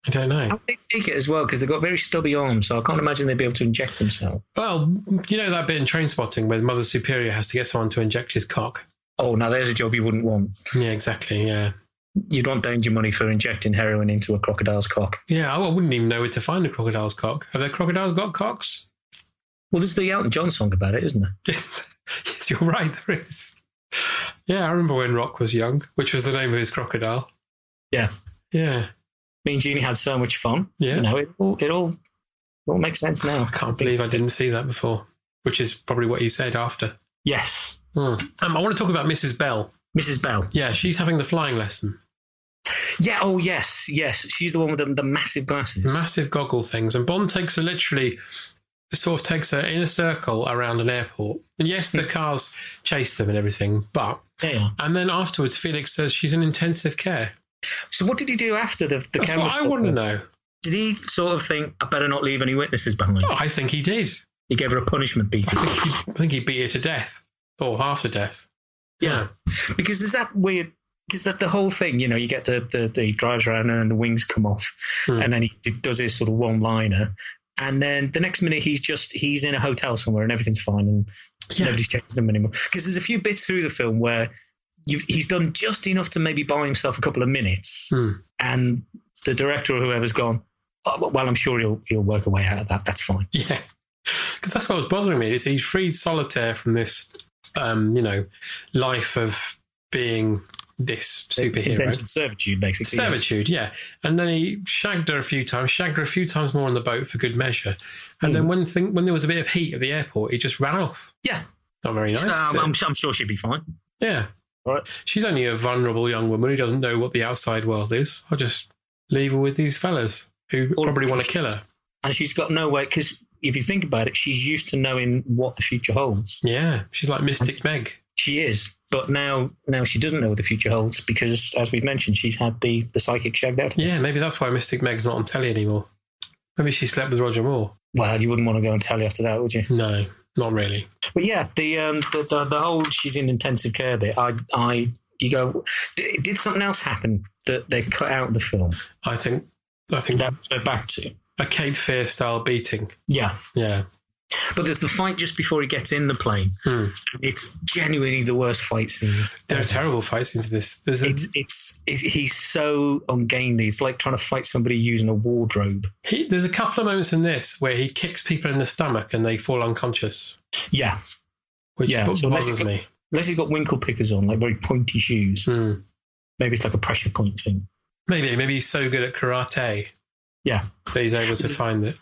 D: I don't
G: How
D: know.
G: would they take it as well? Because they've got very stubby arms, so I can't imagine they'd be able to inject themselves.
D: Well, you know that bit in Train Spotting where Mother Superior has to get someone to inject his cock.
G: Oh, now there's a job you wouldn't want.
D: Yeah, exactly. Yeah,
G: You'd want danger money for injecting heroin into a crocodile's cock.
D: yeah. I I wouldn't even know where to find a crocodile's cock. Have their crocodiles got cocks?
G: Well, there's the Elton John song about it, isn't there?
D: yes, you're right. There is. Yeah, I remember when Rock was young, which was the name of his crocodile.
G: Yeah.
D: Yeah.
G: me and Jeannie had so much fun.
D: Yeah.
G: You know, it all it all, it all makes sense now.
D: I can't believe I didn't see that before, which is probably what you said after.
G: Yes.
D: Hmm. Um, I want to talk about Mrs. Bell.
G: Mrs. Bell.
D: Yeah, she's having the flying lesson.
G: Yeah, oh yes, yes. She's the one with the, the massive glasses.
D: Massive goggle things. And Bond takes her literally, sort of takes her in a circle around an airport. And yes,
G: Hmm.
D: the cars chase them and everything, but.
G: yeah.
D: And then afterwards, Felix says she's in intensive care.
G: So what did he do after the, the
D: That's
G: camera?
D: what I
G: stopped
D: want to
G: there?
D: know.
G: Did he sort of think, I better not leave any witnesses behind?
D: Oh, I think he did.
G: He gave her a punishment beating.
D: I think he- I think he beat her to death or half to death.
G: yeah. Because there's that weird because that the whole thing, you know, you get the, the, the he drives around and then the wings come off,
D: Hmm.
G: and then he d- does his sort of one liner, and then the next minute he's just he's in a hotel somewhere and everything's fine, and
D: Yeah.
G: Nobody's chasing him anymore. Because there's a few bits through the film where you've, he's done just enough to maybe buy himself a couple of minutes,
D: Hmm.
G: and the director or whoever's gone. Oh, well, I'm sure he'll he'll work a way out of that. That's fine.
D: Yeah, because that's what was bothering me. Is he freed Solitaire from this, um, you know, life of being this superhero
G: Indentured servitude, basically. yeah.
D: servitude? Yeah, and then he shagged her a few times, shagged her a few times more on the boat for good measure, and
G: Hmm.
D: then when thing when there was a bit of heat at the airport, he just ran off.
G: Yeah,
D: Not very nice.
G: So, um,
D: is
G: I'm,
D: it?
G: I'm, I'm sure she'd be fine.
D: yeah,
G: All right.
D: she's only a vulnerable young woman who doesn't know what the outside world is. I'll just leave her with these fellas who
G: All-
D: probably want to kill her.
G: And she's got no way because if you think about it, she's used to knowing what the future holds.
D: Yeah, she's like Mystic Meg.
G: She is, but now now she doesn't know what the future holds because, as we've mentioned, she's had the the psychic shagged out.
D: Yeah, maybe that's why Mystic Meg's not on telly anymore. Maybe she slept with Roger Moore.
G: Well, you wouldn't want to go on telly after that, would you?
D: No, not really.
G: But yeah, the um, the, the the whole she's in intensive care bit. I I you go. D- did something else happen that they cut out of the film?
D: I think I think
G: that they're back to.
D: a Cape Fear style beating.
G: Yeah,
D: Yeah.
G: but there's the fight just before he gets in the plane.
D: Hmm.
G: It's genuinely the worst fight scenes.
D: There are terrible fight scenes in this. There's a,
G: It's, it's it's he's so ungainly. It's like trying to fight somebody using a wardrobe.
D: he, there's a couple of moments in this where he kicks people in the stomach and they fall unconscious,
G: Yeah,
D: which
G: Yeah,
D: bo-
G: so unless
D: bothers
G: you-
D: me.
G: unless he's got winkle pickers on, like very pointy shoes.
D: Hmm.
G: Maybe it's like a pressure point thing.
D: Maybe maybe he's so good at karate
G: Yeah,
D: that he's able to find it.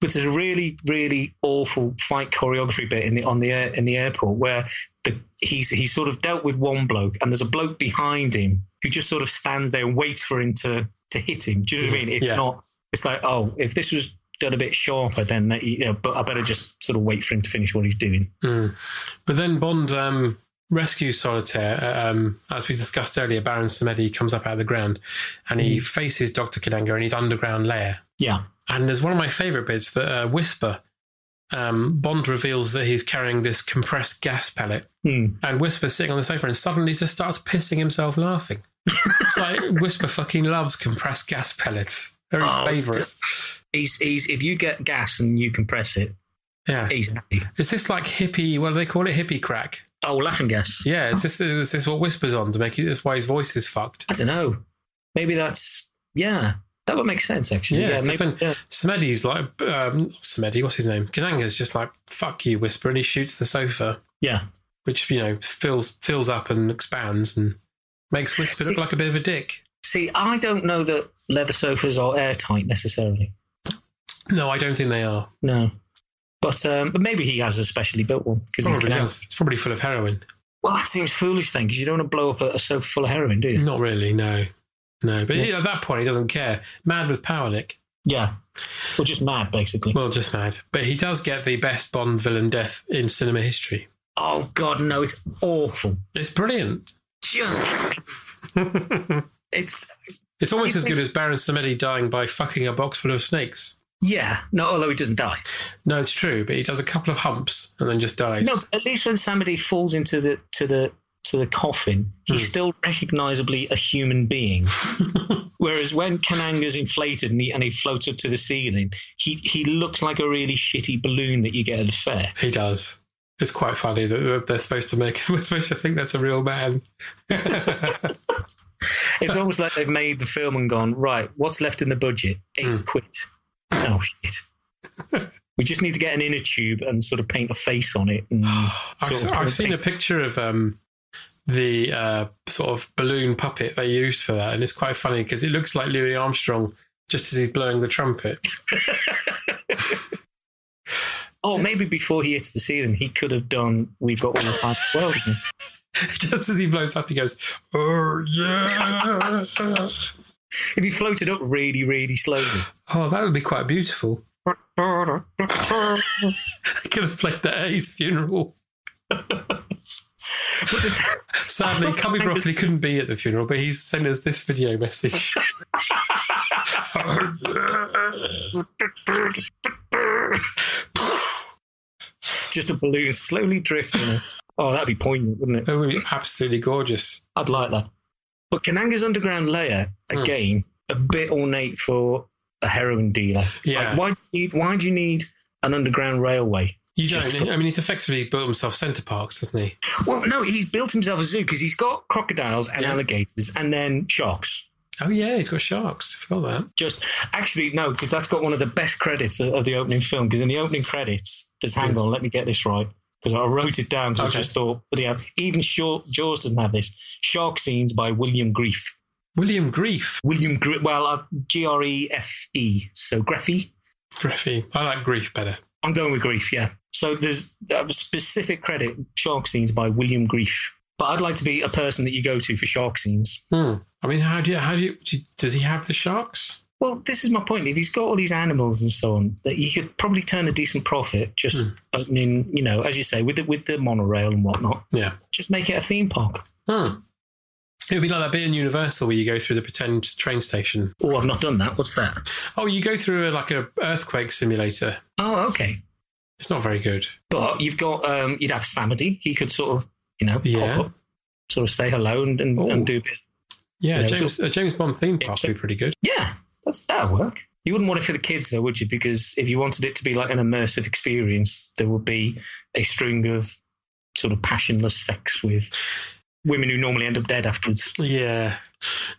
G: but there's a really really awful fight choreography bit in the on the air in the airport where the, he's he's sort of dealt with one bloke and there's a bloke behind him who just sort of stands there and waits for him to to hit him. Do you know what I mean? It's
D: Yeah.
G: not. It's like oh, if this was done a bit sharper, then that, you know, but I better just sort of wait for him to finish what he's doing.
D: Hmm. But then Bond um, rescues Solitaire. uh, Um, as we discussed earlier, Baron Samedi comes up out of the ground and
G: Hmm.
D: he faces Dr. Kananga in his underground lair.
G: Yeah,
D: And there's one of my favourite bits that uh, Whisper, um, Bond reveals that he's carrying this compressed gas pellet
G: Hmm.
D: and Whisper's sitting on the sofa and suddenly just starts pissing himself laughing. it's like Whisper fucking loves compressed gas pellets. They're his
G: Oh,
D: favourite.
G: he's he's if you get gas and you compress it,
D: Yeah.
G: he's happy.
D: Is this like hippie? What do they call it? Hippie crack?
G: Oh, laughing gas.
D: Yeah. Is this is this what Whisper's on to make it? That's why his voice is fucked.
G: I don't know. Maybe that's yeah. That would make sense actually.
D: Yeah.
G: Yeah,
D: 'cause
G: maybe,
D: then
G: yeah.
D: Smeddy's like um, Smeddy. What's his name? Kananga's just like fuck you, Whisper, and he shoots the sofa,
G: yeah.
D: which you know fills fills up and expands and makes Whisper look
G: See-
D: like a bit of a dick.
G: See, I don't know that leather sofas are airtight necessarily.
D: No, I don't think they are.
G: No, but um, but maybe he has a specially built one because
D: Probably does. It's probably full of heroin.
G: Well, that seems foolish then because you don't want to blow up a, a sofa full of heroin, do you?
D: Not really, no. No, but he- at that point, he doesn't care. Mad with power, Nick.
G: Yeah, we're just mad basically.
D: Well, just mad. But he does get the best Bond villain death in cinema history.
G: oh God, no! It's awful.
D: It's brilliant.
G: Just
D: it's
G: it's
D: almost
G: You
D: as good
G: think-
D: as Baron Samedi dying by fucking a box full of snakes.
G: yeah. No, although he doesn't die.
D: No, it's true, but he does a couple of humps and then just dies.
G: No, at least when somebody falls into the to the to the coffin, he's still recognisably a human being. Whereas when Kananga's inflated and he and he floats up to the ceiling, he he looks like a really shitty balloon that you get at the fair.
D: He does. It's quite funny that- that they're supposed to make we're supposed to think that's a real man.
G: It's almost like they've made the film and gone right. What's left in the budget? Eight quid. Oh shit. we just need to get an inner tube and sort of paint a face on it. And
D: I've,
G: sort of
D: I've
G: put a
D: seen a
G: face-
D: picture of um, the uh, sort of balloon puppet they used for that, and it's quite funny because it looks like Louis Armstrong just as he's blowing the trumpet.
G: Oh, maybe before he hits the ceiling, he could have done. We've got one time. Well,
D: just as he blows up, he goes, "Oh yeah!"
G: if he floated up really, really slowly.
D: oh, that would be quite beautiful.
G: but
D: I could have played that at his funeral.
G: the,
D: Sadly, Cubby Broccoli couldn't be at the funeral, but he's sent us this video message.
G: just a balloon slowly drifting. Oh, that'd be poignant, wouldn't it?
D: That would be absolutely gorgeous.
G: I'd like that. But Kananga's underground layer
D: Hmm.
G: again, a bit ornate for a heroin dealer.
D: Yeah.
G: Like, why do you need? Why do you need an underground railway?
D: You
G: Just-
D: don't. I mean, he's effectively built himself centre parks, doesn't he?
G: Well, no, he's built himself a zoo because he's got crocodiles and
D: Yeah.
G: alligators and then sharks.
D: Oh yeah, he's got sharks. I forgot that.
G: just actually no because that's got one of the best credits of, of the opening film because in the opening credits there's hang on let me get this right because I wrote it down because
D: Okay.
G: I just thought but yeah even Shaw, Jaws doesn't have this shark scenes by William Grief
D: William Grief.
G: William Grief well uh, G R E F E so Greffy
D: Griffey. I like grief better.
G: I'm going with Grief yeah so there's a specific credit shark scenes by William Grief but I'd like to be a person that you go to for shark scenes
D: Hmm. I mean, how do you, how do you, do you- does he have the sharks?
G: Well, this is my point. If he's got all these animals and so on, that he could probably turn a decent profit just
D: Hmm.
G: opening, you know, as you say, with the, with the monorail and whatnot.
D: Yeah.
G: Just make it a theme park.
D: Hmm. It would be like that bit in Universal where you go through the pretend train station.
G: Oh, I've not done that. What's that?
D: Oh, you go through a, like a earthquake simulator.
G: Oh, okay.
D: It's not very good.
G: But you've got um, you'd have Samadhi. He could sort of, you know,
D: Yeah.
G: pop up, sort of say hello and and,
D: Ooh.
G: and do a bit.
D: Yeah,
G: You know,
D: James, a James Bond theme park would be pretty good.
G: Yeah, that's that'll work. You wouldn't want it for the kids though, would you? Because if you wanted it to be like an immersive experience, there would be a string of sort of passionless sex with women who normally end up dead afterwards.
D: Yeah.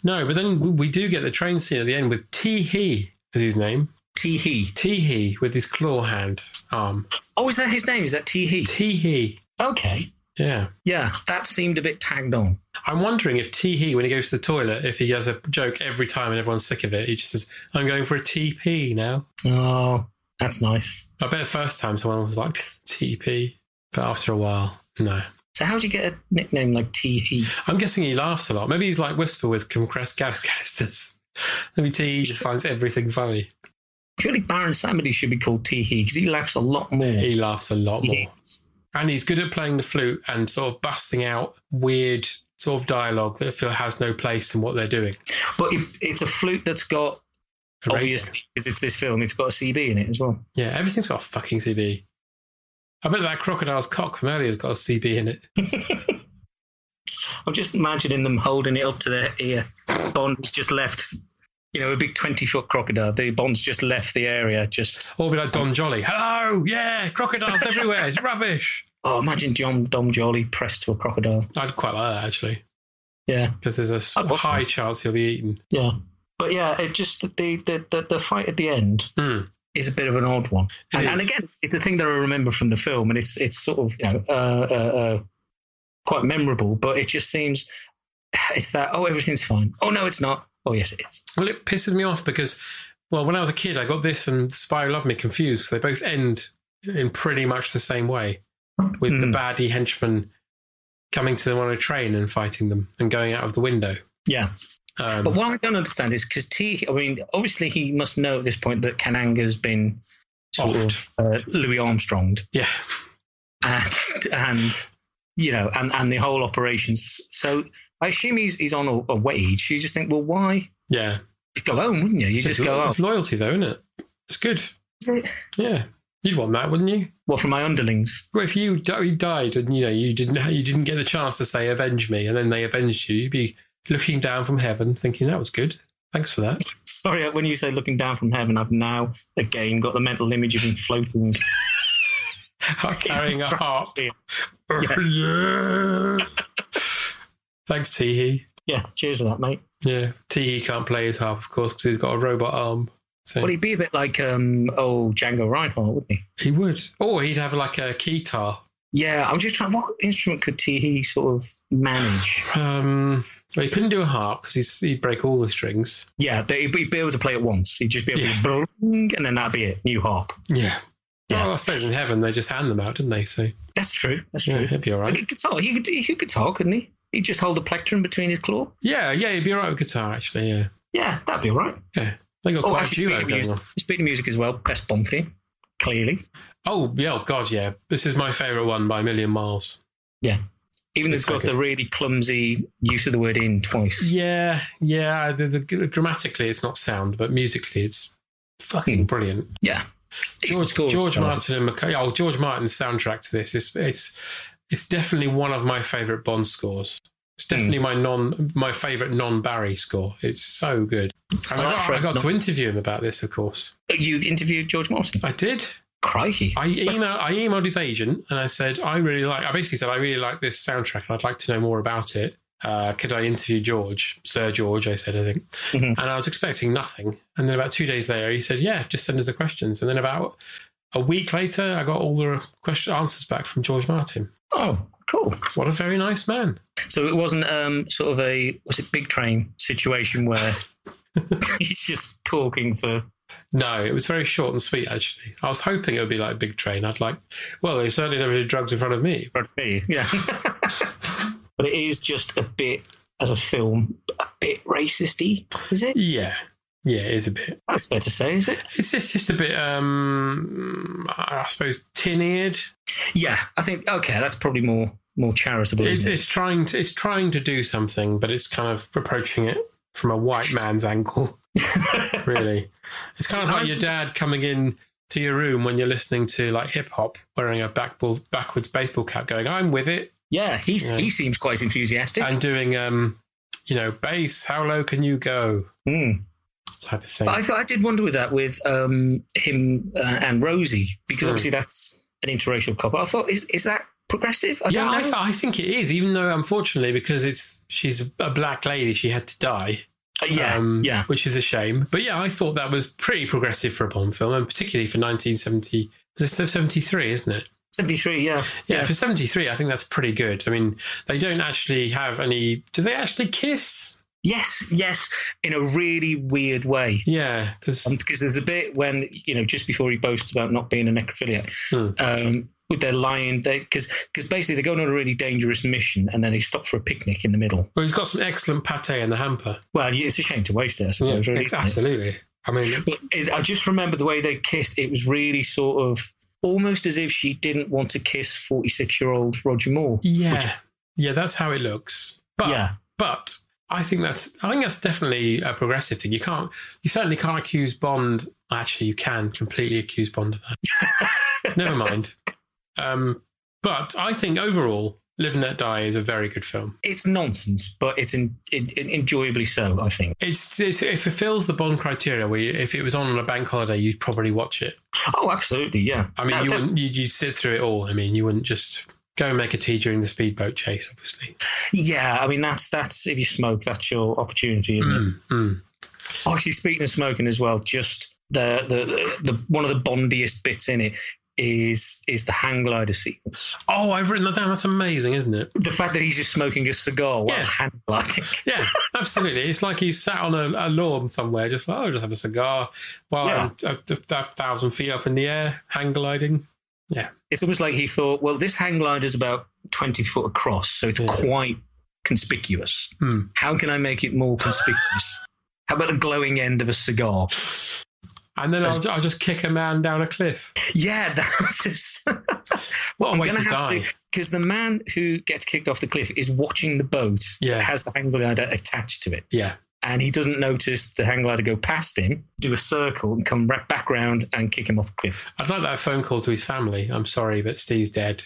D: No, but then we- we do get the train scene at the end with Tee Hee is his name.
G: Tee Hee.
D: Tee Hee with his claw hand arm.
G: Oh, is that his name? Is that Tee Hee?
D: Tee Hee.
G: Okay.
D: Yeah.
G: Yeah, that seemed a bit tagged on.
D: I'm wondering if Tee Hee, when he goes to the toilet, if he has a joke every time and everyone's sick of it, he just says, I'm going for a TP now.
G: Oh, that's nice.
D: I bet the first time someone was like, TP. But after a while, no.
G: So how do you get a nickname like Tee Hee?
D: I'm guessing he laughs a lot. Maybe he's like Whisper with compressed gas canisters. Maybe Tee Hee just finds everything funny.
G: Surely Baron Samedi should be called Tee Hee because he laughs a lot more.
D: He laughs a lot
G: He
D: more. And he's good at playing the flute and sort of busting out weird sort of dialogue that feel has no place in what they're doing.
G: But if it's a flute that's got
D: A radio.
G: obviously because it's this film, it's got a CB in it as well.
D: Yeah, everything's got a fucking CB. I bet that crocodile's cock from earlier's got a CB in it.
G: I'm just imagining them holding it up to their ear. Bond's just left, you know, a big 20 foot crocodile. The Bond's just left the area. Just
D: Or be like Don Jolly. Hello, yeah, crocodiles everywhere. It's rubbish.
G: oh, imagine John Dom Jolly pressed to a crocodile.
D: I'd quite like that actually,
G: Yeah,
D: because there's a s-
G: I'd watch
D: high chance he'll be eaten.
G: yeah, but yeah, it just the the the, the fight at the end
D: Hmm.
G: is a bit of an odd one.
D: It
G: And, and
D: is.
G: again, it's- it's a thing that I remember from the film, and it's it's sort of you know uh, uh, uh, quite memorable. But it just seems it's that oh everything's fine. Oh no, it's not. Oh yes, it is.
D: Well, it pisses me off because, well, when I was a kid, I got this and Spy Who Loved Me confused. So they both end in pretty much the same way, with the
G: Mhm.
D: baddie henchman coming to them on a train and fighting them and going out of the window.
G: Yeah.
D: Um,
G: But what I don't understand is because T. I mean, obviously he must know at this point that Kananga's been sort
D: Offed.
G: of uh, Louis Armstronged,
D: yeah,
G: and and you know, and and the whole operations. So I assume he's he's on a, a wage. You just think, well, why
D: yeah.
G: Just go home, wouldn't you? You
D: it's,
G: just go
D: it's
G: home.
D: loyalty, though, isn't it? It's good. Yeah, you'd want that, wouldn't you?
G: Well, for my underlings,
D: Well, if you di- you died and you know you didn't you didn't get the chance to say avenge me, and then they avenged you, you'd be looking down from heaven, thinking that was good. Thanks for that.
G: sorry. When you say looking down from heaven, I've now again got the mental image of him floating,
D: Carrying a harp.
G: Stratosphere.
D: Thanks, Teehee.
G: Yeah, cheers for that, mate.
D: Yeah, Teehee can't play his harp, of course, because he's got a robot arm. So
G: Well, he'd be a bit like um, oh Django Reinhardt, wouldn't he?
D: he would. Or he'd have like a keytar.
G: Yeah, I'm just trying. What instrument could Teehee sort of manage?
D: Um, well, he couldn't do a harp because he'd break all the strings.
G: Yeah, but he'd be he'd be able to play it once. He'd just be able
D: Yeah.
G: to bling, and then that'd be it. New harp.
D: Yeah.
G: Yeah.
D: Well, I suppose in heaven they just hand them out, didn't they? So
G: That's true. That's
D: yeah,
G: true.
D: he'd be all
G: But
D: right.
G: He could talk. He could. He could talk, couldn't he? He'd just hold the plectrum between his claw.
D: Yeah, yeah, he'd be all right with guitar, actually. Yeah,
G: Yeah, that'd be all right.
D: yeah. They got
G: Oh,
D: quite a
G: actually,
D: duo
G: speaking of,
D: going on.
G: music, speaking of music as well, best Bond theme, clearly.
D: Oh, yeah, oh, God, yeah. This is my favourite one by a million miles.
G: Yeah. Even though
D: It's
G: it's got
D: so
G: the really clumsy use of the word in twice.
D: Yeah, yeah. The, the, grammatically, it's not sound, but musically, it's fucking brilliant.
G: Yeah. Decent
D: George,
G: score,
D: George
G: it's-
D: Martin and McCartney. Oh, George Martin's soundtrack to this is it's it's definitely one of my favourite Bond scores. It's definitely my non my favourite non Barry score. It's so good. And
G: I
D: I,
G: like
D: got, I
G: Fred's
D: got to
G: non-
D: interview him about this, of course.
G: You interviewed George Martin.
D: I did.
G: Crikey.
D: I emailed, I emailed his agent and I said, I really like, I basically said, I really like this soundtrack and I'd like to know more about it. Uh, could I interview George? Sir George, I said, I think.
G: Mhm.
D: And I was expecting nothing. And then about two days later, he said, Yeah, just send us the questions. And then about a week later, I got all the question answers back from George Martin.
G: Oh, cool.
D: What a very nice man.
G: So it wasn't um, sort of a was it big train situation where he's just talking for
D: No, it was very short and sweet, actually. I was hoping it would be like Big Train. I'd like, well, they certainly never did drugs in front of me.
G: for me. Yeah. but it is just a bit as a film, a bit racisty, is it?
D: Yeah. Yeah, it is a bit.
G: That's fair to say, is it?
D: It's just, just a bit, um, I suppose, tin-eared.
G: Yeah, I think okay, that's probably more more charitable.
D: It's,
G: isn't it?
D: it's trying to it's trying to do something, but it's kind of approaching it from a white man's angle. really, it's kind of like your dad coming in to your room when you're listening to like hip hop, wearing a backball, backwards baseball cap, going, "I'm with it."
G: Yeah, he's
D: Yeah.
G: he seems quite enthusiastic.
D: and doing um you know bass how low can you go
G: Mm.
D: type of thing
G: But I thought I did wonder with that with um, him uh, and Rosie because
D: Hmm.
G: obviously that's an interracial couple. I thought is is that progressive? I
D: yeah
G: don't know.
D: I, th- I think it is even though unfortunately because it's she's a black lady she had to die Um,
G: Uh, yeah, yeah.
D: which is a shame but yeah i thought that was pretty progressive for a bond film and particularly for 1970 was it 73 isn't it
G: Seventy three. Yeah.
D: yeah, for 73 i think that's pretty good i mean they don't actually have any do they actually kiss
G: Yes, yes, in a really weird way.
D: yeah because
G: Because there's a bit when you know just before he boasts about not being a necrophiliac,
D: hmm.
G: um, with their lion, because because basically they're going on a really dangerous mission and then they stop for a picnic in the middle.
D: well he's got some excellent pate in the hamper
G: Well, yeah, it's a shame to waste it. I
D: yeah,
G: suppose. really,
D: ex-
G: isn't it?
D: absolutely i mean
G: But it, I just remember the way they kissed. It was really sort of almost as if she didn't want to kiss 46 year old Roger Moore.
D: Yeah, yeah, that's how it looks. But
G: Yeah.
D: but I think that's I think that's definitely a progressive thing. You can't you certainly can't accuse Bond. Actually, you can completely accuse Bond of that. Never mind. Um, but I think overall, Live and Let Die is a very good film.
G: It's nonsense, but it's in, in, in- enjoyably so, I think.
D: It's, it's it fulfills the Bond criteria. Where you, if it was on on a bank holiday, you'd probably watch it.
G: Oh, absolutely. Yeah.
D: I mean,
G: No,
D: you
G: def-
D: wouldn't. You'd, you'd sit through it all. I mean, you wouldn't just go and make a tea during the speedboat chase, obviously.
G: yeah. I mean, that's, that's, if you smoke, that's your opportunity, isn't it?
D: Mm, mm.
G: Actually, speaking of smoking as well, just the, the, the, the one of the bondiest bits in it is, is the hang glider sequence.
D: Oh, I've written that down. That's amazing, isn't it?
G: The fact that he's just smoking a cigar while
D: Yeah.
G: hang gliding.
D: Yeah, absolutely. It's like he's sat on a, a lawn somewhere, just like, oh, just have a cigar while
G: Yeah.
D: I'm a, a, a thousand feet up in the air, hang gliding. Yeah.
G: it's almost like he thought, well, this hang glider is about 20 foot across, so it's quite conspicuous.
D: Hmm.
G: How can I make it more conspicuous? How about the glowing end of a cigar?
D: And then I'll, I'll just kick a man down a cliff.
G: Yeah, that's just.
D: What a
G: I'm
D: way
G: gonna
D: to
G: have
D: die.
G: to, because the man who gets kicked off the cliff is watching the boat.
D: Yeah.
G: that has the hang glider attached to it,
D: Yeah.
G: and he doesn't notice the hang glider go past him, do a circle, and come right back round and kick him off the cliff.
D: I'd like that phone call to his family. I'm sorry, but Steve's dead.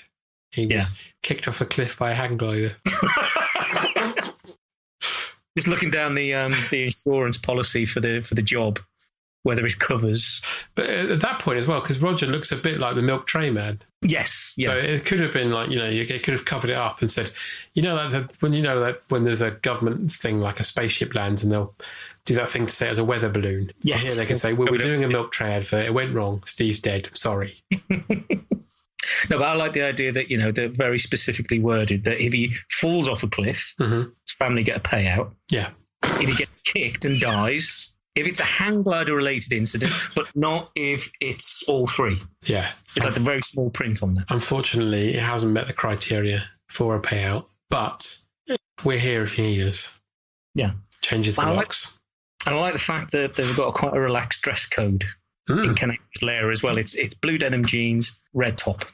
D: He was
G: Yeah.
D: kicked off a cliff by a hang glider.
G: Just looking down the um, the insurance policy for the for the job, whether it covers.
D: But at that point as well, because Roger looks a bit like the milk tray man.
G: Yes, yeah,
D: So it could have been like you know you it could have covered it up and said, you know that that- when you know that when there's a government thing like a spaceship lands and they'll do that thing to say it was a weather balloon. Yeah,
G: Yes.
D: Here they can say, well, we're doing a milk tray advert. It went wrong. Steve's dead. I'm sorry.
G: no, but I like the idea that you know they're very specifically worded that if he falls off a cliff,
D: hmm
G: his family get a payout.
D: Yeah.
G: If he gets kicked and dies, if it's a hang glider related incident, but not if it's all three.
D: Yeah.
G: It's like a very small print on that.
D: Unfortunately, it hasn't met the criteria for a payout, but we're here if you need us.
G: Yeah,
D: Changes the
G: I like-
D: locks.
G: and I like the fact that they've got quite a relaxed dress code
D: Hmm.
G: in Connect's layer as well. It's it's blue denim jeans, red top.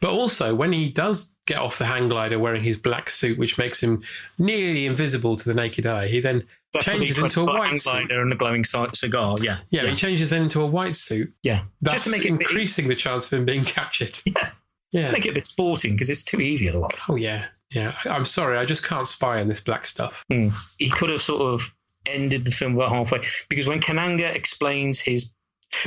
D: But also, when he does get off the hang glider wearing his black suit, which makes him nearly invisible to the naked eye, he then
G: Definitely
D: changes into a
G: 20
D: white
G: hang
D: suit.
G: glider and a glowing ci- cigar. Yeah,
D: Yeah, but he changes then into a white suit.
G: yeah.
D: That's
G: Just to make it
D: increasing the chance of him being captured.
G: Yeah.
D: Yeah.
G: make it a bit sporting because it's too easy otherwise.
D: Oh yeah. Yeah. I, I'm sorry, I just can't spy on this black stuff.
G: Hmm. He could have sort of ended the film about halfway because when Kananga explains his,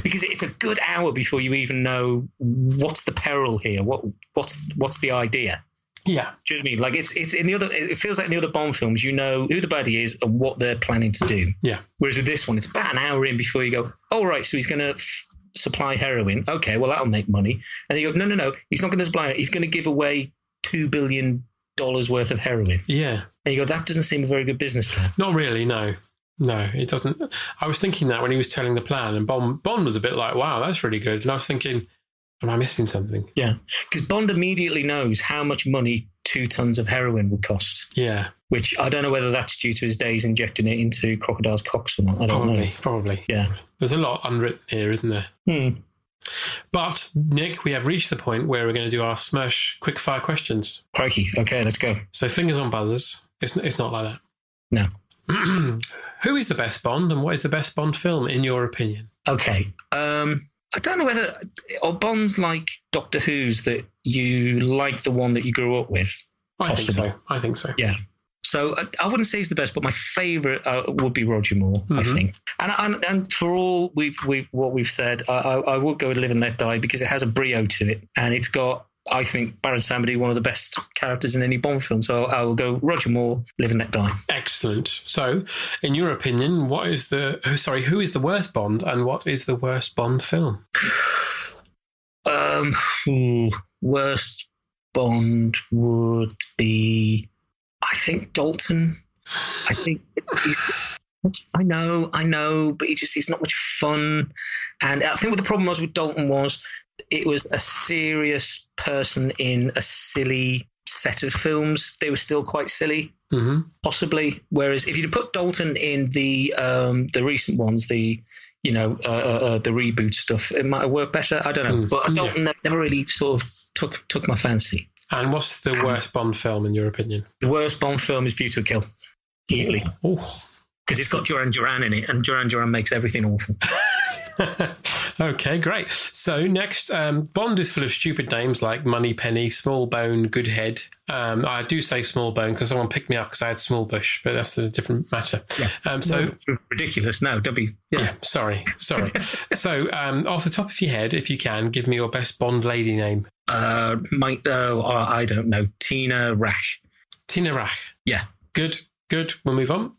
G: because it's a good hour before you even know what's the peril here, what what's what's the idea.
D: Yeah.
G: Do you know what I mean? Like it's it's in the other. It feels like in the other Bond films, you know who the baddie is and what they're planning to do.
D: Yeah.
G: Whereas with this one, it's about an hour in before you go. All right, so he's going to f- supply heroin. Okay, well that'll make money. And you go, no, no, no, he's not going to supply it. He's going to give away two billion dollars worth of heroin.
D: Yeah.
G: And you go, that doesn't seem a very good business plan.
D: Not really, no. No, it doesn't. I was thinking that when he was telling the plan and Bond Bond was a bit like, Wow, that's really good. And I was thinking, Am I missing something?
G: Yeah, because Bond immediately knows how much money two tons of heroin would cost.
D: Yeah.
G: which I don't know whether that's due to his days injecting it into crocodiles' cocks or not. I don't
D: probably,
G: know.
D: probably.
G: Yeah.
D: There's a lot unwritten here, isn't there?
G: Hmm.
D: But Nick, we have reached the point where we're going to do our Smash quickfire questions.
G: Crikey. Okay, let's go.
D: So fingers on buzzers. It's it's not like
G: No.
D: that. Who is the best Bond, and what is the best Bond film in your opinion?
G: Okay. Um, I don't know whether are Bonds like Doctor Who's that you like the one that you grew up with.
D: I think so.
G: Possible.
D: I think so.
G: Yeah. So I, I wouldn't say he's the best, but my favourite uh, would be Roger Moore. I
D: Mhm.
G: think, and, and and for all we've we what we've said, I, I, I would go with Live and Let Die because it has a brio to it, and it's got I think Baron Samedi one of the best characters in any Bond film. So I will go Roger Moore, Live and Let Die.
D: Excellent. So, in your opinion, what is the oh, sorry, who is the worst Bond and what is the worst Bond film?
G: Um, ooh, worst Bond would be, I think Dalton. I think he's. I know, I know, but he just he's not much fun. And I think what the problem was with Dalton was it was a serious person in a silly set of films. They were still quite silly
D: hmm
G: possibly. Whereas if you'd put Dalton in the um, the recent ones, the you know uh, uh, uh, the reboot stuff, it might have worked better. I don't know,
D: Mm,
G: but
D: yeah.
G: Dalton ne- never really sort of took took my fancy.
D: And what's the worst Bond film in your opinion?
G: The worst Bond film is View to a Kill, easily,
D: Oh,
G: because it's got Duran Duran in it, and Duran Duran makes everything awful.
D: okay, great. So next, um, Bond is full of stupid names like Money Penny, Small Bone, Good Head. Um, I do say Small Bone because someone picked me up because I had Small Bush, but that's a different matter. Um, so
G: ridiculous. No, don't be.
D: yeah, sorry, sorry. so um, off the top of your head, if you can, give me your best Bond lady name.
G: Uh, Mike. Uh, I I don't know. Tina Rash.
D: Tina Rach.
G: Yeah.
D: Good, good. We'll move on.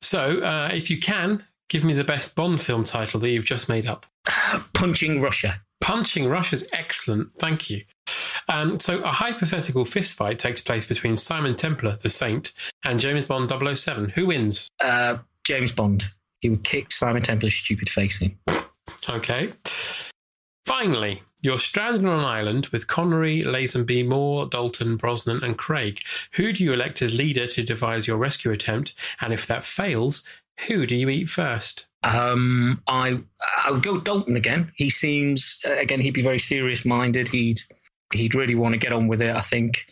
D: So uh, if you can, give me the best Bond film title that you've just made up.
G: Punching Russia.
D: Punching Russia's excellent. Thank you. Um, so, a hypothetical fistfight takes place between Simon Templar, the Saint, and James Bond 007. Who wins?
G: Uh, James Bond. He would kick Simon Templar's stupid face in.
D: Okay. Finally, you're stranded on an island with Connery, Lazenby, Moore, Dalton, Brosnan, and Craig. Who do you elect as leader to devise your rescue attempt? And if that fails, who do you eat first?
G: Um, I I would go Dalton again. He seems uh, again he'd be very serious minded. He'd he'd really want to get on with it. I think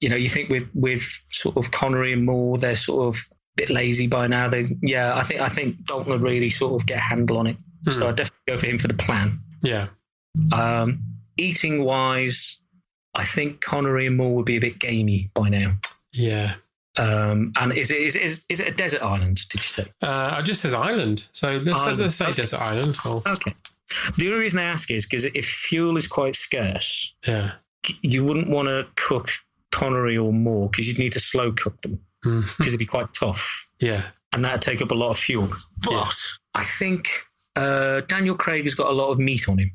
G: you know you think with with sort of Connery and Moore they're sort of a bit lazy by now. They yeah I think I think Dalton would really sort of get a handle on it. So
D: Hmm.
G: I'd definitely go for him for the plan.
D: Yeah.
G: Um, eating wise, I think Connery and Moore would be a bit gamey by now.
D: Yeah.
G: Um, and is it is, is is it a desert island? Did you say?
D: Uh, it just says island. So, let's,
G: Island.
D: let's say
G: Okay.
D: desert island. Oh, Or,
G: Okay. The only reason I ask is because if fuel is quite scarce,
D: yeah.
G: you wouldn't want to cook Connery or Moore because you'd need to slow cook them
D: Mm.
G: because they'd be quite tough
D: Yeah.
G: and that'd take up a lot of fuel. But
D: Yeah.
G: I think uh, Daniel Craig has got a lot of meat on him.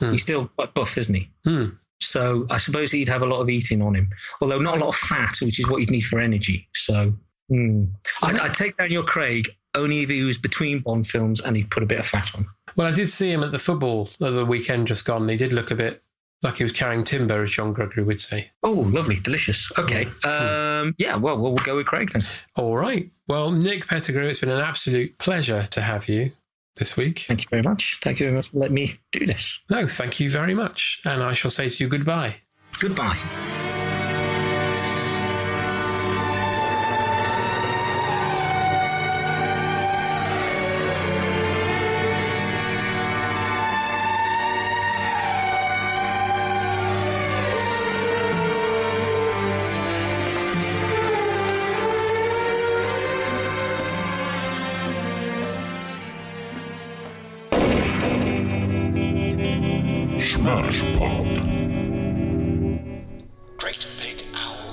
D: Hmm.
G: He's still quite buff, isn't he?
D: Hmm.
G: So I suppose he'd have a lot of eating on him, although not a lot of fat, which is what you'd need for energy. So hmm. I'd, I'd take Daniel Craig only if he was between Bond films and he put a bit of fat on.
D: Well, I did see him at the football the other weekend just gone. and He did look a bit like he was carrying timber, as John Gregory would say.
G: Oh, lovely, delicious. Okay. Um, yeah, well, we'll we'll go with Craig then.
D: All right. Well, Nick Pettigrew, it's been an absolute pleasure to have you this week.
G: Thank you very much. Thank you very much for letting me do this.
D: No, thank you very much. And I shall say to you goodbye.
G: Goodbye.
B: Great Big Owl